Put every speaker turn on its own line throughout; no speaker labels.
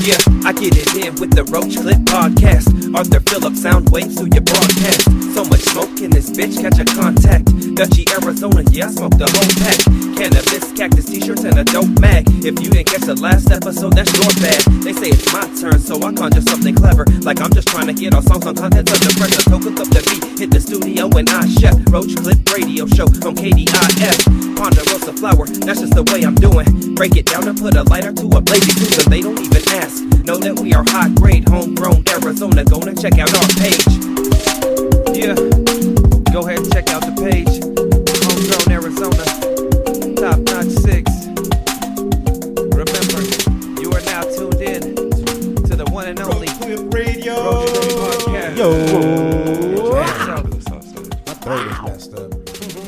Yeah, I get it in with the Roach Clip Podcast. Arthur Phillips, sound waves through your broadcast. So much smoke in this bitch, catch a contact. Dutchy, Arizona, yeah, I smoke the whole pack. Cannabis, cactus, t-shirts, and a dope mag. If you didn't catch the last episode, that's your bad. They say it's my turn, so I conjure something clever. Like I'm just trying to get our songs on content under pressure. So cook up the beat, hit the studio, and I chef. Roach Clip Radio Show on KDIS. Ponderosa flower, that's just the way I'm doing. Break it down and put a lighter to a blazing cruiser. They don't even ask. Know that we are high grade, homegrown Arizona. Go and check out our page. Yeah, go ahead and check out the page. Homegrown Arizona, top notch six. Remember, you are now tuned in to the one and only
Clip Radio.
Roach Clip Podcast. So,
Yo. My throat is messed up.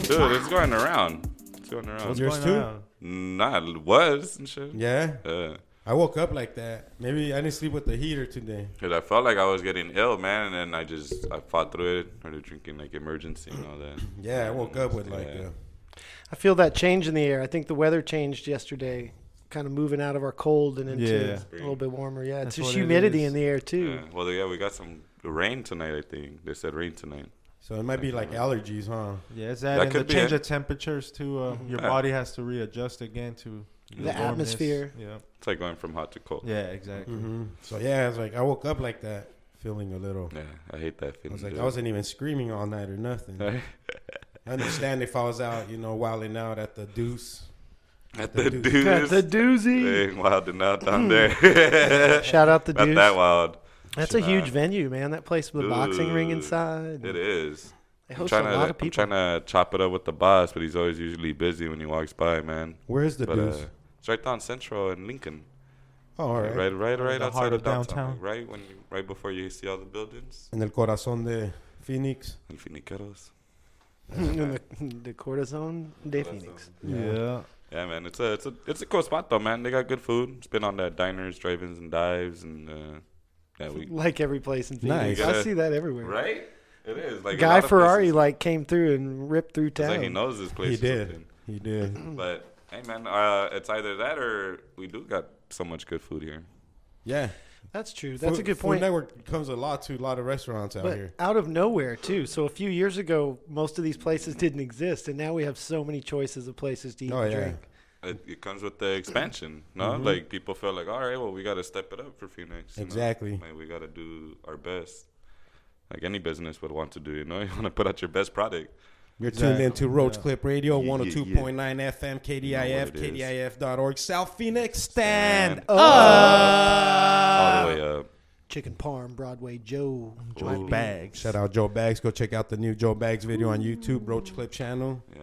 Dude, it's going around. It's going around.
Yours too?
Nah, it was and shit.
Yeah.
Uh,
I woke up like that. Maybe I didn't sleep with the heater today.
Cause I felt like I was getting ill, man, and then I just I fought through it. Started drinking like emergency and all that.
Yeah, I woke up with like
Yeah.
uh
I feel that change in the air. I think the weather changed yesterday, kind of moving out of our cold and into
Yeah.
a little bit warmer. Yeah,
That's
it's just
what it
humidity
is.
in the air too.
Yeah. Well, yeah, we got some rain tonight. I think they said rain tonight.
so it might be like allergies, huh?
Yeah, it's that,
That
and
could
the
be
change
it.
of temperatures too. Uh, your
Yeah.
body has to readjust again to
The
warmness.
atmosphere.
Yeah,
It's like going from hot to cold.
yeah, exactly.
hmm So yeah, it's like I woke up like that, feeling a little.
Yeah, I hate that
I
feeling.
was like,
dude.
I wasn't even screaming all night or nothing. I understand if I was out, you know, wilding out at the deuce.
at the
dude.
Got
dudes.
the doozy.
Dang, wilding out down there.
Shout out the
Not
dudes.
that wild.
That's a huge venue, man. That place with a boxing ring
Dude,
inside.
It is.
They
I'm
host a
trying,
lot
to,
of
I'm
people.
trying to chop it up with the boss, but he's always usually busy when he walks by, man.
Where's the
But uh,
deuce?
it's right down Central in Lincoln.
oh, all right.
Right, right, right
The
outside
heart
of
of
downtown.
downtown.
like, right when, you, right before you see all the buildings.
In el corazón de Phoenix.
El Finiqueros.
in the, the cortisone de Phoenix.
Yeah.
Yeah, man, it's a, it's a, it's a cool spot though, man. They got good food. It's been on that diners, drive-ins, and dives, and uh, yeah, we
Like every place in Phoenix.
Nice.
I see that everywhere.
right. It is like a
Guy
lot of
Ferrari
places-
like came through and ripped through
it's
town.
like he knows this place.
He
or something.
did. He did.
But hey, man, uh, it's either that or we do got so much good food here.
Yeah.
That's true. That's
Food-
a good
Food
point.
Network comes a lot to a lot of restaurants out
but
here.
out of nowhere too. So a few years ago, most of these places didn't exist, and now we have so many choices of places to eat
Oh,
and
yeah.
drink.
It, it comes with the expansion, no?
Mm-hmm.
Like people feel like, all right, well, we got to step it up for Phoenix. you know?
Exactly.
Like we got to do our best. Like any business would want to do, you know, you want to put out your best product.
You're tuned
Yeah.
in to Roach
Yeah.
Clip Radio,
Yeah, yeah,
102.9 FM, KDIF,
what it
KDIF.org, South Phoenix. Stand
Stand
up.
uh, All the way up.
Chicken Parm, Broadway Joe.
My
Ooh.
bags.
Shout out Joe Bags. Go check out the new Joe Bags video on YouTube, Roach Clip channel.
Yeah.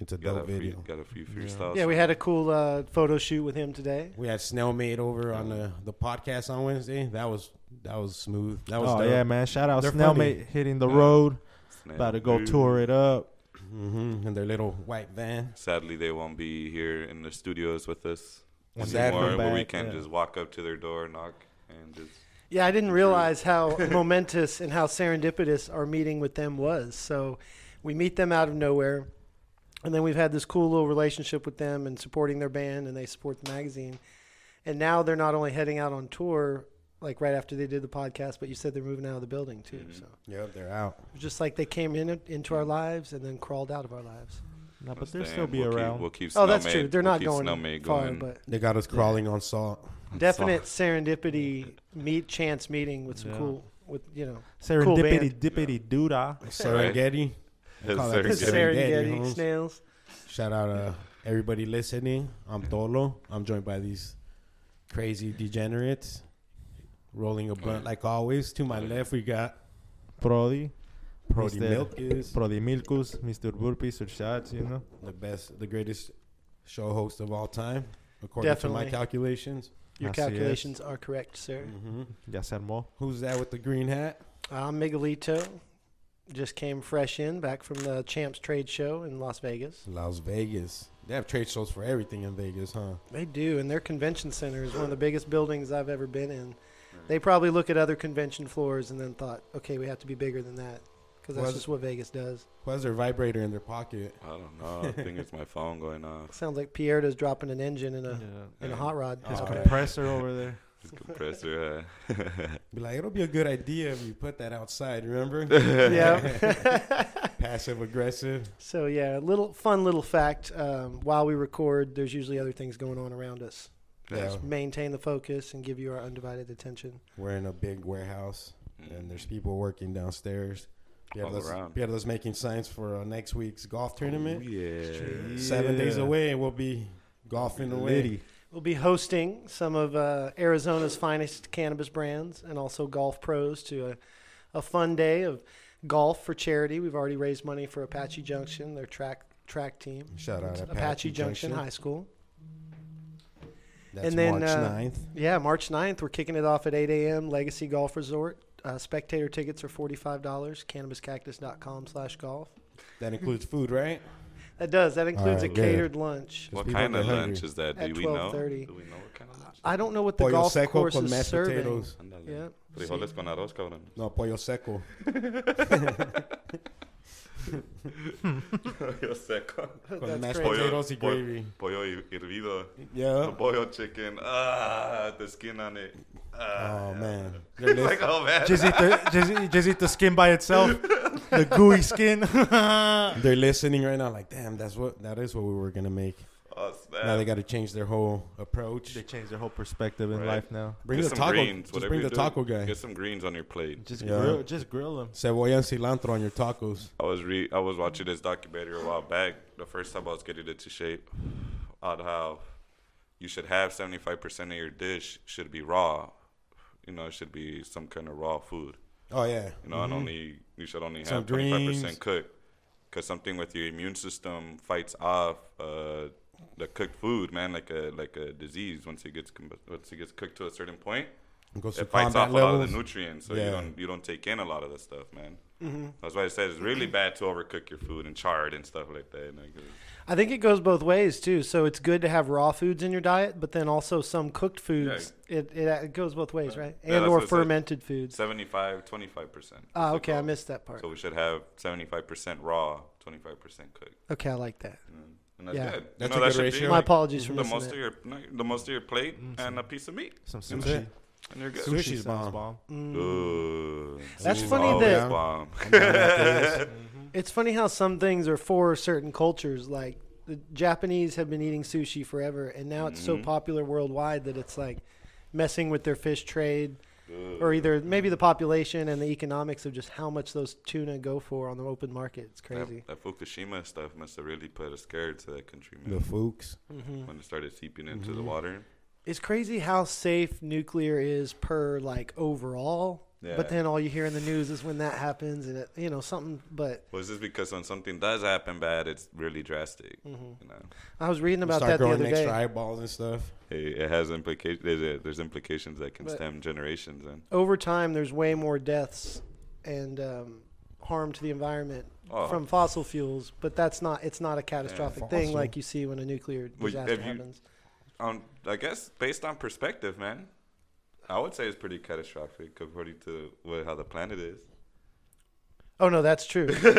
It's a
Got
dope
a free,
video.
got a few freestyles.
Yeah, we had a cool uh, photo shoot with him today.
We had Snell Made over on the, the podcast on Wednesday. That was that was smooth. That was
Oh
dope.
yeah, man! Shout out
They're
Snail
funny.
Mate hitting the road.
Snap.
About to go
Ooh.
tour it up.
hmm And their little white van.
Sadly, they won't be here in the studios with us
When
they
anymore.
come
where we
back,
can
yeah.
just walk up to their door, knock, and just
Yeah, I didn't realize how momentous and how serendipitous our meeting with them was. So we meet them out of nowhere. And then we've had this cool little relationship with them and supporting their band, and they support the magazine. And now they're not only heading out on tour, like right after they did the podcast, but you said they're moving out of the building too. So
Yep, they're out.
it was just like they came in into our lives and then crawled out of our lives.
No, but they'll
stand.
still be
we'll
around.
Keep, we'll keep
Oh, that's
Snowmaid-
true. They're
we'll
not
keep
going
Snowmaid
far,
going.
but
They got us crawling on salt.
definite serendipity meet chance meeting with some
Yeah.
cool with you know cool
Serendipity,
band.
dippity, doodah.
Serengeti.
Yes,
Call
sir.
that
Get it.
Sarah-
Serengeti,
Serengeti, homes.
snails.
Shout out uh, everybody listening. I'm Tolo. I'm joined by these crazy degenerates rolling a blunt like always. To my left, we got
Prodi,
Brody
Mr.
Milk is
Prodi Milkus, Mr. Burpees or shots. You know.
the best, the greatest show host of all time, according to my
Definitely.
calculations. Mm-hmm.
Your
I see it.
calculations are correct, sir.
Ya se armó.
Who's that with the green hat?
I'm Uh, Miguelito. Just came fresh in back from the Champs Trade Show in Las Vegas.
Las Vegas. They have trade shows for everything in Vegas, huh?
They do, and their convention center is one of the biggest buildings I've ever been in. They probably look at other convention floors and then thought, okay, we have to be bigger than that because that's
Was-
just what Vegas does.
Who has their vibrator in their pocket?
I don't know. I think it's my phone going off.
Sounds like Pierda's dropping an engine in a
Yeah.
in a hot rod.
His
His
All right.
compressor over there.
compressor. Uh,
Be like, it'll be a good idea if you put that outside. Remember?
yeah.
Passive aggressive.
so yeah, little fun little fact. Um, while we record, there's usually other things going on around us.
Yeah.
Maintain the focus and give you our undivided attention.
We're in a big warehouse, and there's people working downstairs.
All
Pierdo's,
around. Oh,
Pierdo's making signs for uh, next week's golf tournament.
yeah.
Seven days
Yeah.
away, and we'll be golfing away.
Liddy.
We'll be hosting some of uh, Arizona's finest cannabis brands and also golf pros to a, a fun day of golf for charity. We've already raised money for Apache Junction, their track track team.
Shout out Apache,
Apache, Junction, High School.
That's
And then,
March
uh,
9th.
Yeah, March 9th, we're kicking it off at 8 a.m. Legacy Golf Resort. Uh, spectator tickets are $45. CannabisCactus.com slash golf.
That includes food, right?
That does. That includes
right,
a
good.
catered lunch.
What
people
kind
get
of lunch
hungry.
is that?
At
Do we know?
12:30.
Do we know what kind of lunch?
I don't know what the
Pollo
golf
seco
course
con
is
mashed
serving.
potatoes.
Ándale.
Yeah.
Frijoles con arroz, cabrón.
No, pollo seco.
Pollo seco.
Con
That's
mashed
crazy.
potatoes and
Pollo-
gravy.
Pollo hi- hervido.
Yeah. Oh,
Pollo chicken. Ah, the skin on it. Ah.
Oh, man.
It's like, oh, man.
Just eat, the, just, eat- just eat the skin by itself. the gooey skin.
They're listening right now, like, damn, that's what that is what we were gonna make.
oh, snap.
Now they got to change their whole approach.
they changed their whole perspective in
Right.
life now.
Bring
Get
the
some
taco.
greens,
just
whatever
bring
you're
the
doing.
taco guy.
Get some greens on your plate.
Just
Yeah.
grill, just grill them.
Cebolla and cilantro on your tacos.
I was re I was watching this documentary a while back. The first time I was getting into shape, on how you should have seventy five percent of your dish should be raw. You know, it should be some kind of raw food.
Oh yeah.
You know, and only you should only
Some
have twenty five
greens.
percent cooked, because something with your immune system fights off uh, the cooked food, man, like a like a disease. Once it gets com- once it gets cooked to a certain point,
It goes to
it fights
combat
off a lot of
levels.
the nutrients, so
Yeah.
you don't you don't take in a lot of the stuff, man.
Mm-hmm.
That's why I said it's really bad to overcook your food and char it and stuff like that. you know, 'cause-
I think it goes both ways too. So it's good to have raw foods in your diet, but then also some cooked foods. It, it it goes both ways, right?
Yeah,
and
that's
or
what it said.
fermented foods.
75, 25 percent.
Ah, okay, I missed that part.
So we should have seventy five percent raw, twenty five percent cooked,
Okay, I like that.
you know, and that's
Yeah.
good. You
That's
know,
a
that
good
should be
ratio.
My
like
apologies for
the
missing Mm.
most of
that.
your no, the most of your plate and a piece of meat,
Some
That's
sushi.
it.
and you're good.
Sushi's
sounds
bomb.
Ooh,
That's
Sushi's
funny
always
that-
bomb.
It's funny how some things are for certain cultures. Like the Japanese have been eating sushi forever, and now it's
Mm-hmm.
so popular worldwide that it's like messing with their fish trade, or either maybe the population and the economics of just how much those tuna go for on the open market. It's crazy.
That, that Fukushima stuff must have really put a scare to that country,
The
man.
Fuchs.
Mm.
When it started seeping into
Mm-hmm.
the water,
It's crazy how safe nuclear is per like overall.
Yeah.
But then all you hear in the news is when that happens and it, you know something. But
was this because when something does happen bad, it's really drastic?
Mm-hmm.
You know,
I was reading about
Start
that the
growing
other day.
extra eyeballs and stuff.
hey, it has implications. There's, a- there's implications that can
But-
stem generations, and
Over time, there's way more deaths and um, harm to the environment
Oh.
from fossil fuels. But that's not it's not a catastrophic thing
Fossil.
like you see when a nuclear
Well,
disaster
have you-
happens.
um, I guess based on perspective, man, I would say it's pretty catastrophic according to what, how the planet is.
Oh no, that's true.
you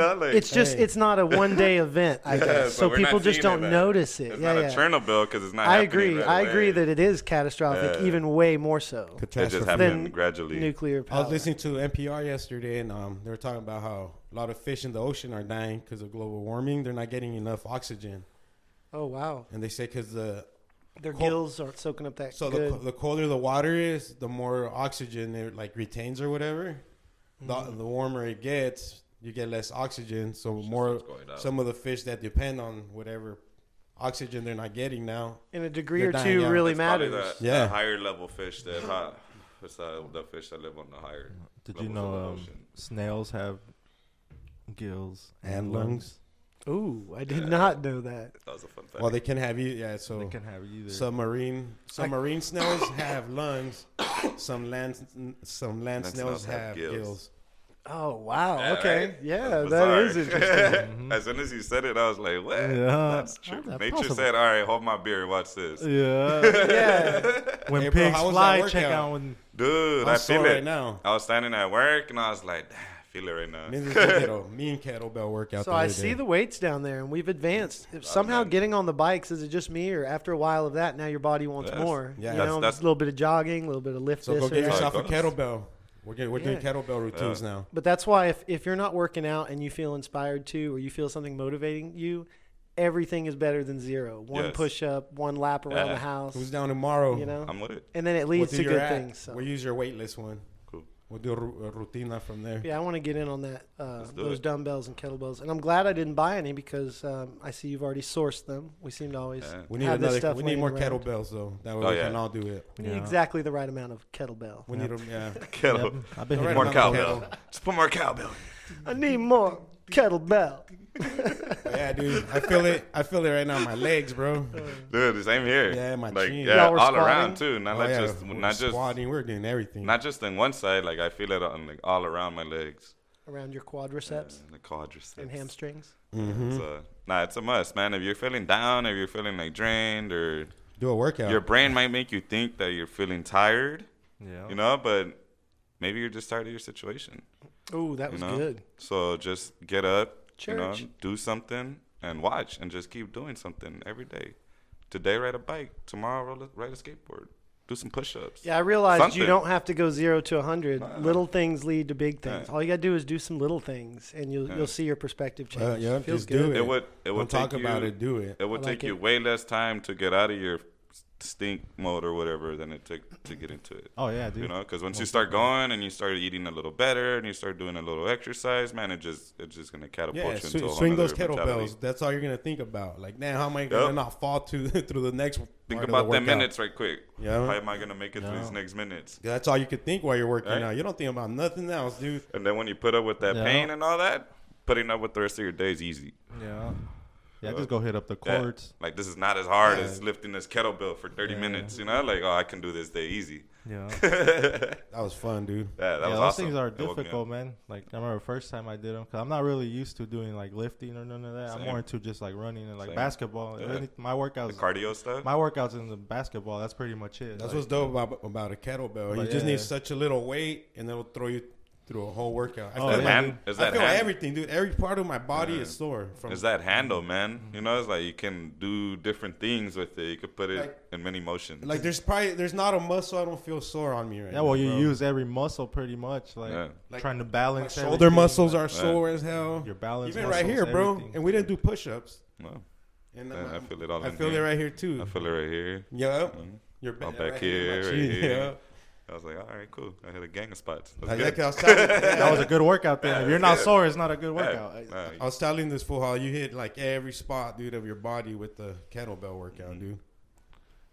know, like
It's just
Hey.
it's not a one day event. I
Yeah,
guess
but
so.
we're not
People just
seeing
don't
that.
notice it.
it's
yeah,
not
yeah.
a Chernobyl because it's not.
I
happening
agree.
right
I agree
away.
that it is catastrophic,
Yeah.
even way more so.
it just
Catastrophe.
Then uh,
happened gradually.
Nuclear
I
power.
was listening to NPR yesterday, and um, they were talking about how a lot of fish in the ocean are dying because of global warming. They're not getting enough oxygen,
Oh wow,
and they say because the
their
Cold-
gills aren't soaking up that
So the,
good.
co- the colder the water is, the more oxygen it like retains or whatever.
Mm-hmm.
The, the warmer it gets, you get less oxygen. So more
what's going on.
some of the fish that depend on whatever oxygen they're not getting now.
In a degree
They're
or
dying
two,
out.
really
It's probably the,
matters.
the
Yeah.
higher level fish that hot. It's the, the fish that live on the higher.
Did you
levels
know
of the
um,
ocean.
snails have gills
And lungs.
Ooh, I did not know that.
That was a fun fact.
Well, they can have you. Yeah,
They
so
can have either.
submarine submarine snails have lungs. Some land some land, snails, have gills.
Oh wow.
Yeah,
okay.
right?
Yeah,
That's
that is
bizarre.
interesting.
As soon as you said it, I was like, "What?
Yeah.
That's true."
that
Nature
possible?
said, "All right, hold my beer. Watch this,
yeah.
yeah.
when
Hey, bro,
pigs
how was that
fly, check
workout?
out when.
dude."
I'm
i feel
sore
it
right now.
I was standing at work and I was like, "Damn, I killer right now.
Men's is a kettle- mean kettlebell workout.
So I
other
see
day.
the weights down there, and we've advanced. If somehow
man.
getting on the bikes is it just me, or after a while of that, now your body wants
That's-
more?
yeah,
you
that's-
know,
that's-
a little bit of jogging, a little bit of lift.
So
this
go
or
get
that.
yourself a
Yeah.
kettlebell. We're getting, we're doing
Yeah.
kettlebell routines now.
But that's why if, if you're not working out and you feel inspired to, or you feel something motivating you, everything is better than zero. One
Yes.
push up, one lap around
Yeah.
the house,
Who's down tomorrow?
you know,
I'm with it.
and then it
We'll
leads
do
to
your
good
act.
things. So.
We'll use your weightless one.
Cool.
We'll do a, ru- a rutina from there.
yeah, I want to get in on that uh,
Let's do
those
it.
dumbbells and kettlebells, and I'm glad I didn't buy any because um, I see you've already sourced them. We seem to always
Yeah.
We need
have this
another.
stuff
We need
laying
more
around.
kettlebells though. That way
Oh,
we
yeah.
can all do it.
We need
Yeah.
exactly the right amount of kettlebell.
We need them. Yeah.
Kettle.
I've been
All right,
hitting
More
I'm
my-
cow.
cowbell. Just put more cowbell.
I need more kettlebell.
yeah, dude. I feel it. I feel it right now. in My legs, bro.
Dude, the same here.
Yeah, my
like,
chin.
Yeah,
Y'all were
all around
squatting?
too. Not
Oh,
like
yeah.
just
We're
not just
squatting. We're doing everything.
not just in one side. Like I feel it on like all around my legs.
Around your quadriceps
And the quadriceps.
and hamstrings.
It's a, nah, it's a must, man. If you're feeling down, if you're feeling like drained, or
do a workout.
your brain might make you think that you're feeling tired,
Yeah.
you know, but maybe you're just tired of your situation.
Ooh, that
You
was
know?
good.
So just get up, you know,
Church.
do something and watch and just keep doing something every day. Today, ride a bike. Tomorrow, roll a, ride a skateboard. Do some push ups.
Yeah, I realized
Something.
you don't have to go zero to a hundred. little things lead to big things.
Yeah.
All you gotta do is do some little things, and you'll you'll see your perspective change.
Uh, yeah,
Feels
just
good.
do it.
It would- it would
Don't talk
take
about
you-
it. Do it.
It would
I
take
like
you
it.
way less time to get out of your stink mode or whatever than it took to get into it.
Oh yeah, dude.
You know, because once you start going and you start eating a little better and you start doing a little exercise, man, it just it's just gonna catapult
Yeah,
you
sw-
into a whole
swing those
nother mentality.
kettlebells. That's all you're gonna think about. Like, now, how am I gonna not fall to through the next?
Think
part of
about
the
them
workout?
minutes right quick.
Yeah.
How am I gonna make it through these next minutes?
That's all you could think while you're working
Right?
out. You don't think about nothing else, dude.
And then when you put up with that
Yeah.
pain and all that, putting up with the rest of your day is easy.
Yeah. Yeah, just go hit up the
Yeah.
courts.
Like this is not as hard as lifting this kettlebell for 30 minutes. You know, like oh, I can do this day easy.
Yeah.
That was fun, dude.
Yeah, that
yeah,
was
those
awesome.
things are
It woke me up.
difficult, man. Like I remember the first time I did them, cause I'm not really used to doing like lifting or none of that.
Same.
I'm more into just like running and like
Same.
basketball.
Yeah.
Really, my
The
workouts,
cardio stuff.
my workouts in the basketball. That's pretty much it.
That's
Like,
what's dope about about a kettlebell. You
But
just
yeah.
need such a little weight, and it'll throw you through a whole workout. I
Oh,
feel,
That
yeah,
like-
hand-
dude.
is
I
that
feel
hand-
everything, dude. Every part of my body is sore. From
It's that handle, man. You know, it's like you can do different things with it. You could put it
Like-
in many motions.
like there's probably there's not a muscle I don't feel sore on me right
Yeah,
now.
well, you
bro.
use every muscle pretty much, like
Yeah.
Like,
trying to
my
balance
shoulder
everything,
muscles
like-
are sore as hell.
Your balance
even right here,
muscles,
bro.
everything.
And we didn't do push-ups.
No.
And
Yeah, I feel it all
I
in
feel it
here.
right here too.
I feel it right here.
Yeah, your ba-
All back
right
here,
my
right
chin,
here.
Yeah.
I was like, all right, cool. I hit a gang of spots. That's
I,
good.
like, I, was telling,
That was a good workout. Then, if you're not
yeah.
sore, it's not a good workout.
Yeah,
I-
I was telling this fool how you hit like every spot, dude, of your body with the kettlebell workout, dude.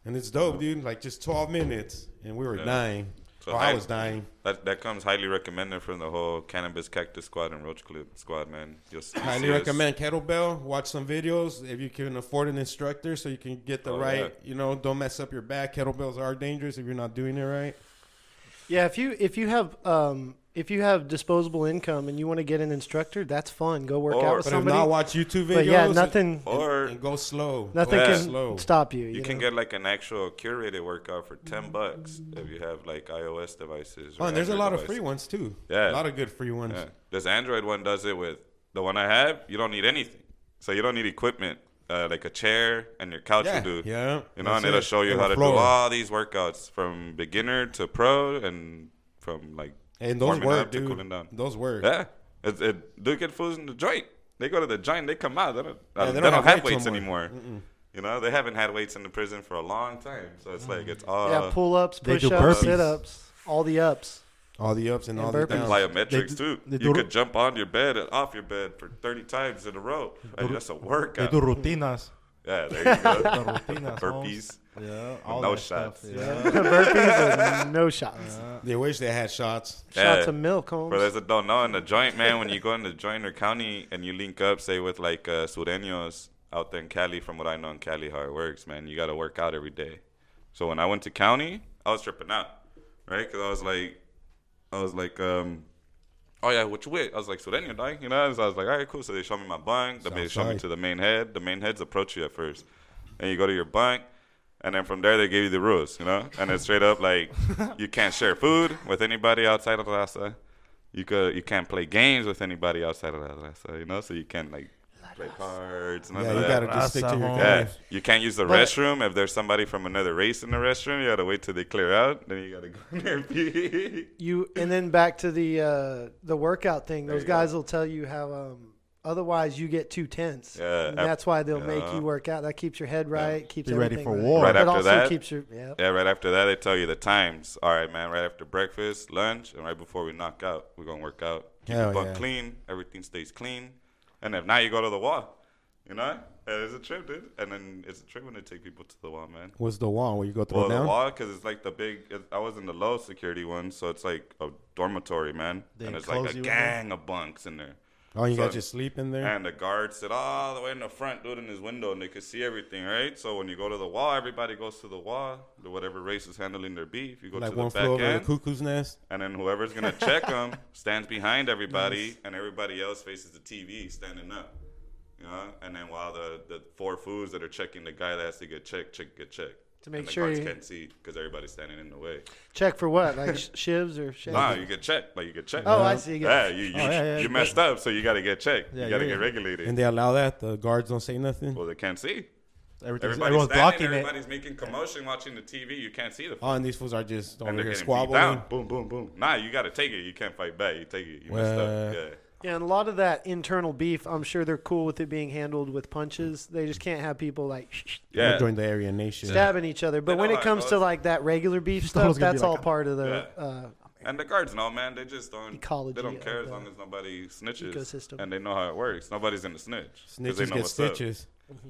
And it's dope, dude. Like just 12 minutes, and we were dying.
Mm-hmm. So
oh, I,
I-
was dying.
that that comes highly recommended from the whole cannabis cactus squad and roach clip squad, man. You'll s- you'll
Highly
see us.
recommend kettlebell. Watch some videos if you can afford an instructor, so you can get the
Oh,
right. You know, don't mess up your back. Kettlebells are dangerous if you're not doing it right.
Yeah, if you if you have um if you have disposable income and you want to get an instructor, that's fun. Go work
Or-
out with
But
somebody.
if not, watch YouTube videos.
but yeah,
and-
nothing
Or
And, go slow.
nothing
Go
Yeah.
can stop you.
you,
You,
can
know?
get like an actual curated workout for ten bucks if you have like iOS devices. or
Oh, and there's a
Android
lot of
devices.
free ones too.
Yeah.
a lot of good free ones.
Yeah. This Android one does it with the one I have. You don't need anything, so you don't need equipment uh, like a chair and your couch
Yeah,
will do.
yeah,
you know,
that's
and it'll
it.
show you
And
how
the
to do
floor.
all these workouts from beginner to pro and from like
And those
warming
work,
up to
dude.
cooling down.
Those work.
Yeah, it's it. Do get fools in the joint. They go to the joint. They come out. They don't. uh,
they
they,
don't
don't
have
have
weights
weights,
no more.
anymore. You know, they haven't had weights in the prison for a long time. So it's like it's all
yeah, pull ups,
They
push
do
ups,
burpees.
sit ups, all the ups.
All the ups and,
And
all the
burpees.
downs.
They
plyometrics
do-
too.
they
You
do-
could jump on your bed and off your bed for thirty times in a row. Hey, that's a
They
workout.
do rutinas.
Yeah, there you go.
The rutinas.
Burpees.
homes. Yeah, all
no
that
shots.
stuff. Yeah.
Burpees and no shots.
They wish they had shots.
Shots
Uh, Yeah.
of milk, Holmes.
For those that don't know, in the joint, man, when you go in the joint or county and you link up, say with like uh, Sureños out there in Cali, from what I know in Cali, how it works, man, you got to work out every day. So when I went to county, I was tripping out, right? Because I was like, I was like, um, oh yeah, what you with? I was like, Sureño, dog, you know? So I was like, all right, cool. So they show me my bunk. Then they show me
Southside.
to the main head. The main heads approach you at first. And you go to your bunk. And then from there, they give you the rules, you know? And it's straight up like, you can't share food with anybody outside of the raza. you could you can't play games with anybody outside of La Raza, you know, so you can't like play cards. None
Yeah,
of
you
that.
gotta just stick to your
Raza
Yeah,
guys.
you can't use the
But-
restroom if there's somebody from another race in the restroom. You gotta wait till they clear out, then you gotta go in there and pee.
you and then back to the uh, the workout thing.
There
Those
you go.
guys will tell you how. Um, otherwise, you get too tense.
Yeah,
and
ab-
that's why they'll make
yeah.
you work out. That keeps your head right. Keeps
Be ready
everything
for war.
Right
but
after
also
that-
keeps your yeah.
Yeah, right after that, they tell you the times. All right, man, right after breakfast, lunch, and right before we knock out, we're going to work out. Keep
Hell
your bunk
yeah.
clean. Everything stays clean. And if not, you go to the wall. You know? And it's a trip, dude. And then it's a trip when they take people to the wall, man.
What's the wall where you go throw
Well, the
down?
wall, because it's like the big, it, I was in the low security one, so it's like a dormitory, man.
They
and it's
enclose
like a
you in there?
gang of bunks in there.
Oh, you
So-
got your sleep in there.
And the guard sit all the way in the front, dude, in his window, and they could see everything, right? So when you go to the wall, everybody goes to the wall. The Whatever race is handling their beef, you go
like
to the
one
back
flew over the
end,
cuckoo's nest.
and then whoever's gonna check them stands behind everybody, and everybody else faces the TV, standing up. You know, and then while the the four fools that are checking the guy that has to get checked, check get checked.
To make
and the
sure
guards
you-
can't see because everybody's standing in the way.
Check for what? Like sh- shivs or shivs?
Nah, you get checked. Like you get checked.
Oh, I see. You get-
Yeah, you you,
yeah, yeah,
you
yeah.
messed up, so you gotta get checked.
Yeah,
you gotta
yeah,
get
yeah.
regulated.
And they allow that. The guards don't say nothing.
well, they can't see.
Everything's,
Everybody's
everyone's
standing,
blocking it.
everybody's making commotion, watching the TV. You can't see the.
Oh, and these fools are just
and
over
they're
here
getting beat down.
squabbling.
Boom, boom, boom. Nah, you gotta take it. You can't fight back. You take it. You messed
Well-
up. Yeah.
Yeah, and a lot of that internal beef, I'm sure they're cool with it being handled with punches. They just can't have people like
Yeah.
Yeah.
join the Aryan Nation.
stabbing each other. But
know
when it
how it
comes to
goes.
like that regular beef
I
stuff,
was gonna be
that's
like,
all
I'm-
part of the uh,
And the guards know, man. They just don't.
Ecology
they don't care
of
as
the
long as nobody snitches.
ecosystem.
And they know how it works. Nobody's gonna snitch. 'cause they
Snitches
know
get
what's up.
stitches,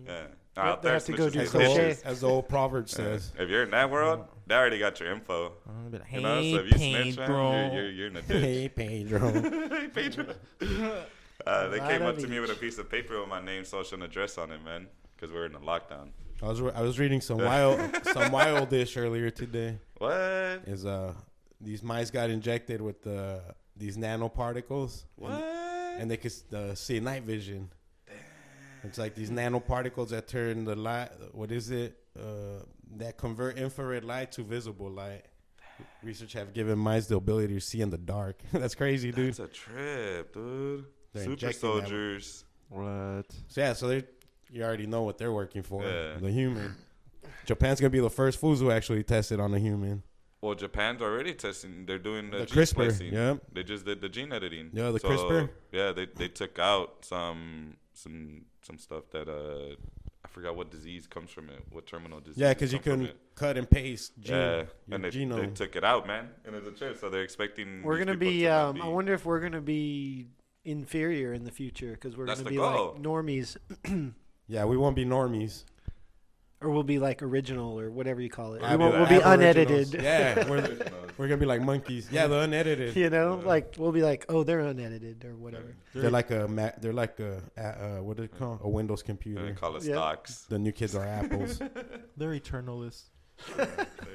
Yeah. Nah, out
they
there,
have to go
snitches
do
get
as the, old,
stitches.
crochet.
as the old proverb says.
If you're in that world, they already got your info.
Oh,
You know, so if you snitch, man, you're, you're, you're in the ditch.
Hey, Pedro.
Hey, Pedro. Uh, they
Right
came up
on
to me
each.
with a piece of paper with my name, social, and address on it, man, because we were in the lockdown.
I was re- I was reading some wild some wild dish earlier today.
What?
Is uh these mice got injected with uh, these nanoparticles.
What?
and they could uh, see night vision. It's like these nanoparticles that turn the light. What is it? Uh, that convert infrared light to visible light. Research have given mice the ability to see in the dark. That's crazy, dude.
It's a trip, dude.
They're
Super
injecting that with-
soldiers.
What?
so yeah, so they you already know what they're working for.
Yeah.
The human. Japan's gonna be the first fools who actually tested on a human.
Well, Japan's already testing. They're doing the,
The
gene
CRISPR,
splicing.
yep.
They just did the gene editing.
Yeah, the CRISPR.
Yeah, they they took out some some some stuff that uh I forgot what disease comes from it. What terminal disease?
Yeah, because you
come from
can
it.
cut and paste gene,
Yeah,
your
and they,
genome.
they took it out, man. And it's a trip. So they're expecting.
We're
these
gonna
people
be.
to not
Um, I wonder if we're gonna be inferior in the future because we're
That's
gonna
the
be
goal.
like normies,
yeah, we won't be normies.
or we'll be like original or whatever you call it.
Yeah,
we won't,
the
we'll be
aboriginals.
unedited.
Yeah, we're, we're gonna be like monkeys. Yeah, the unedited.
you know, like we'll be like, oh, they're unedited or whatever.
They're like a ma- they're like a uh, uh, what do they call a Windows
They
computer.
call it
Yeah.
stocks.
The new kids are apples.
They're eternalists.
They're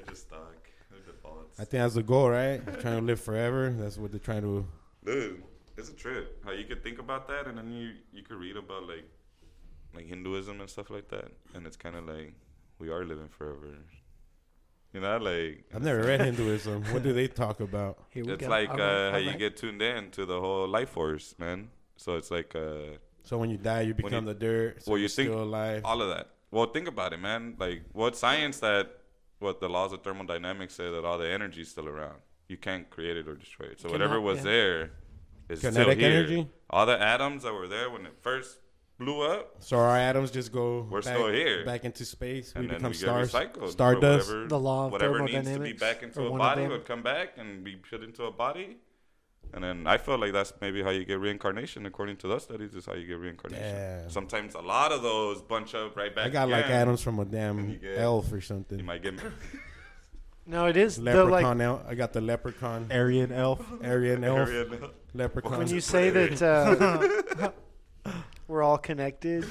just stock. They're defaults.
I think that's the goal, right? trying to live forever. That's what they're trying to.
Dude, it's a trip. How you could think about that, and then you you could read about like like Hinduism and stuff like that, and it's kind of like we are living forever. You know, like
I've never read Hinduism. What do they talk about?
Here we
it's
go.
like
All right,
uh,
all
how you
right.
get tuned in to the whole life force, man. So it's like uh,
So when you die, you become
you-
the dirt. So
well, you
you're
think-
still alive.
all of that. Well, think about it, man. Like what science that what the laws of thermodynamics say that all the energy's still around. You can't create it or destroy it. So whatever
Cannot,
was
yeah.
there is still
Kinetic
here.
energy?
All the atoms that were there when it first blew up
So our atoms just go.
We're
back,
still here.
Back into space.
and
we
then
become
we
stars.
get recycled.
Stardust.
Or whatever,
The law of
whatever needs to be
thermodynamics,
back into
or
a
one of
body
them.
would come back and be put into a body. And then I feel like that's maybe how you get reincarnation, according to those studies, is how you get reincarnation.
Damn.
Sometimes a lot of those bunch up right back.
I got like
again.
atoms from a
And you
damn
get-
elf or
You
something.
might get
no, it is though.
Leprechaun
Like
elf. I got the leprechaun.
Aryan elf.
Aryan elf.
Aryan.
Leprechaun.
when you say that uh, we're all connected.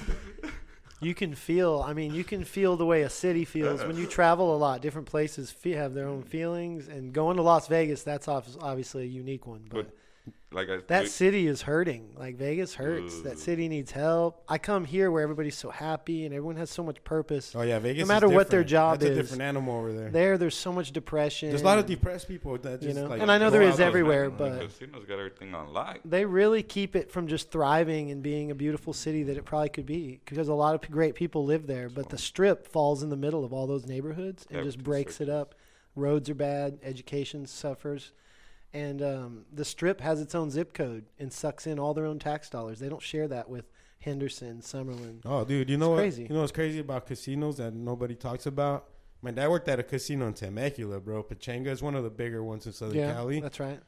You can feel. I mean, you can feel the way a city feels when you travel a lot. Different places fe- have their own feelings, and going to Las Vegas, that's obvi- obviously a unique one. But
But Like I,
That
we-
city is hurting. Like Vegas hurts. That
Ooh.
city needs help. I come here where everybody's so happy and everyone has so much purpose.
Oh yeah, Vegas. is
matter what their
different.
job
That's
is,
a different animal over there.
There, there's so much depression.
There's a lot of depressed people that
You
just
know?
like.
And I know
go
there
out
is
there.
everywhere,
The
but-
casinos got everything on lock.
They really keep it from just thriving and being a beautiful city that it probably could be because a lot of great people live there. But the strip falls in the middle of all those neighborhoods and just
Everything's
breaks it
circular.
up. Roads are bad, education suffers. And um, the strip has its own zip code and sucks in all their own tax dollars. They don't share that with Henderson, Summerlin.
Oh, dude, you know what?
crazy.
You know what's crazy about casinos that nobody talks about? My dad worked at a casino in Temecula, bro. Pachanga is one of the bigger ones in Southern
yeah,
Cali.
that's right.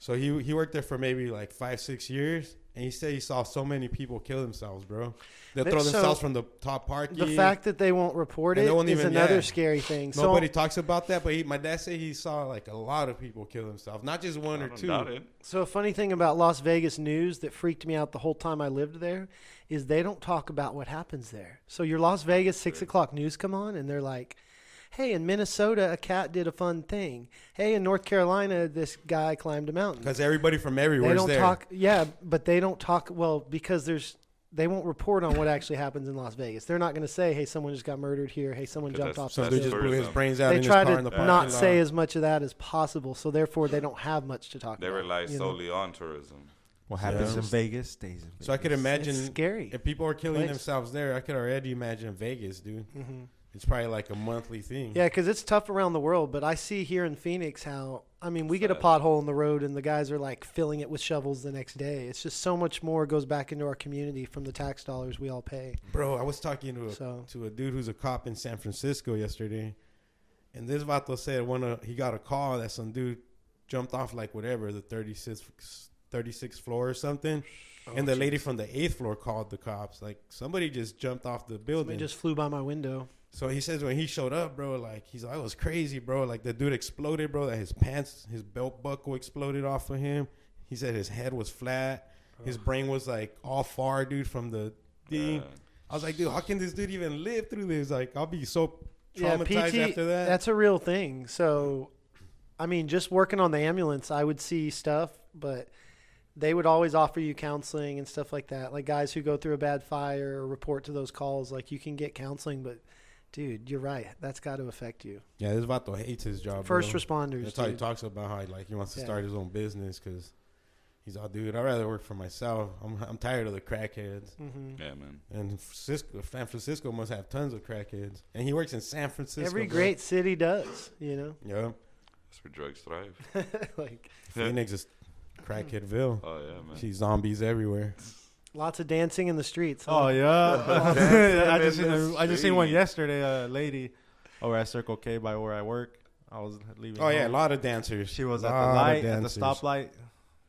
So he he worked there for maybe like five six years, and he said he saw so many people kill themselves, bro. They
But-
throw
so,
themselves from the top parking.
The fact that they won't report
And
it
they won't
is
even-
another
yeah.
scary thing. So
nobody talks about that, but he, my dad said he saw like a lot of people kill themselves, not just one
I
or
don't
two.
doubt it.
So a funny thing about Las Vegas news that freaked me out the whole time I lived there is they don't talk about what happens there. So your Las Vegas six o'clock news come on and they're like, "Hey, in Minnesota, a cat did a fun thing. Hey, in North Carolina, this guy climbed a mountain."
Because everybody from everywhere
They
is
don't
there.
talk. Yeah, but they don't talk. Well, because there's they won't report on what actually happens in Las Vegas. They're not going to say, "Hey, someone just got murdered here. Hey, someone
Because
jumped
that's-
off."
so
the
that's
they
building."
just blew his
tourism.
brains out
they
in his
try
car
to
in the parking
not
lot.
say as much of that as possible, so therefore they don't have much to talk
They
about.
rely
you know?
solely on tourism.
What happens
Yeah.
in Vegas stays in Vegas.
So I could imagine
It's scary.
if people are killing
place.
themselves there. I could already imagine Vegas, dude. It's probably like a monthly thing.
Mm-hmm. Yeah, because it's tough around the world, but I see here in Phoenix how I mean we get a
Sad.
pothole in the road and the guys are like filling it with shovels the next day. It's just so much more goes back into our community from the tax dollars we all pay.
Bro, I was talking to a,
So-
to a dude who's a cop in San Francisco yesterday, and this vato said one of, he got a call that some dude jumped off like whatever the 36th, 36th floor or something, and
Oh,
the lady from the eighth floor called the cops like somebody just jumped off the
They
building.
just flew by my window.
so he says when he showed up, bro, like he's like, I was crazy, bro. Like the dude exploded, bro. That his pants, his belt buckle exploded off of him. He said his head was flat, his brain was like all far, dude, from the thing.
Yeah.
I was like, dude, how can this dude even live through this? Like, I'll be so traumatized
yeah, PT,
after that.
that's a real thing. So, I mean, just working on the ambulance, I would see stuff, but they would always offer you counseling and stuff like that. Like guys who go through a bad fire or report to those calls, like you can get counseling, but dude, you're right. That's got to affect you.
yeah, this vato hates his job.
First
bro.
responders.
That's how he
dude.
talks about how he, like he wants to
Yeah.
start his own business because he's all, dude. I'd rather work for myself. I'm I'm tired of the crackheads.
Mm-hmm.
Yeah, man.
And Francisco, San Francisco must have tons of crackheads. And he works in San Francisco.
Every
bro.
great city does, you know.
Yeah.
That's where drugs thrive.
like
Phoenix is crackheadville.
Oh yeah, man.
See zombies everywhere.
lots of dancing in the streets. huh?
Oh yeah,
Dancing
I just seen
in the
a, I just seen one
street.
yesterday. A lady over at Circle K by where I work. I was leaving.
Oh yeah, a
home.
lot of dancers.
she was at
Lot
the
of
light at the
dancers.
stoplight.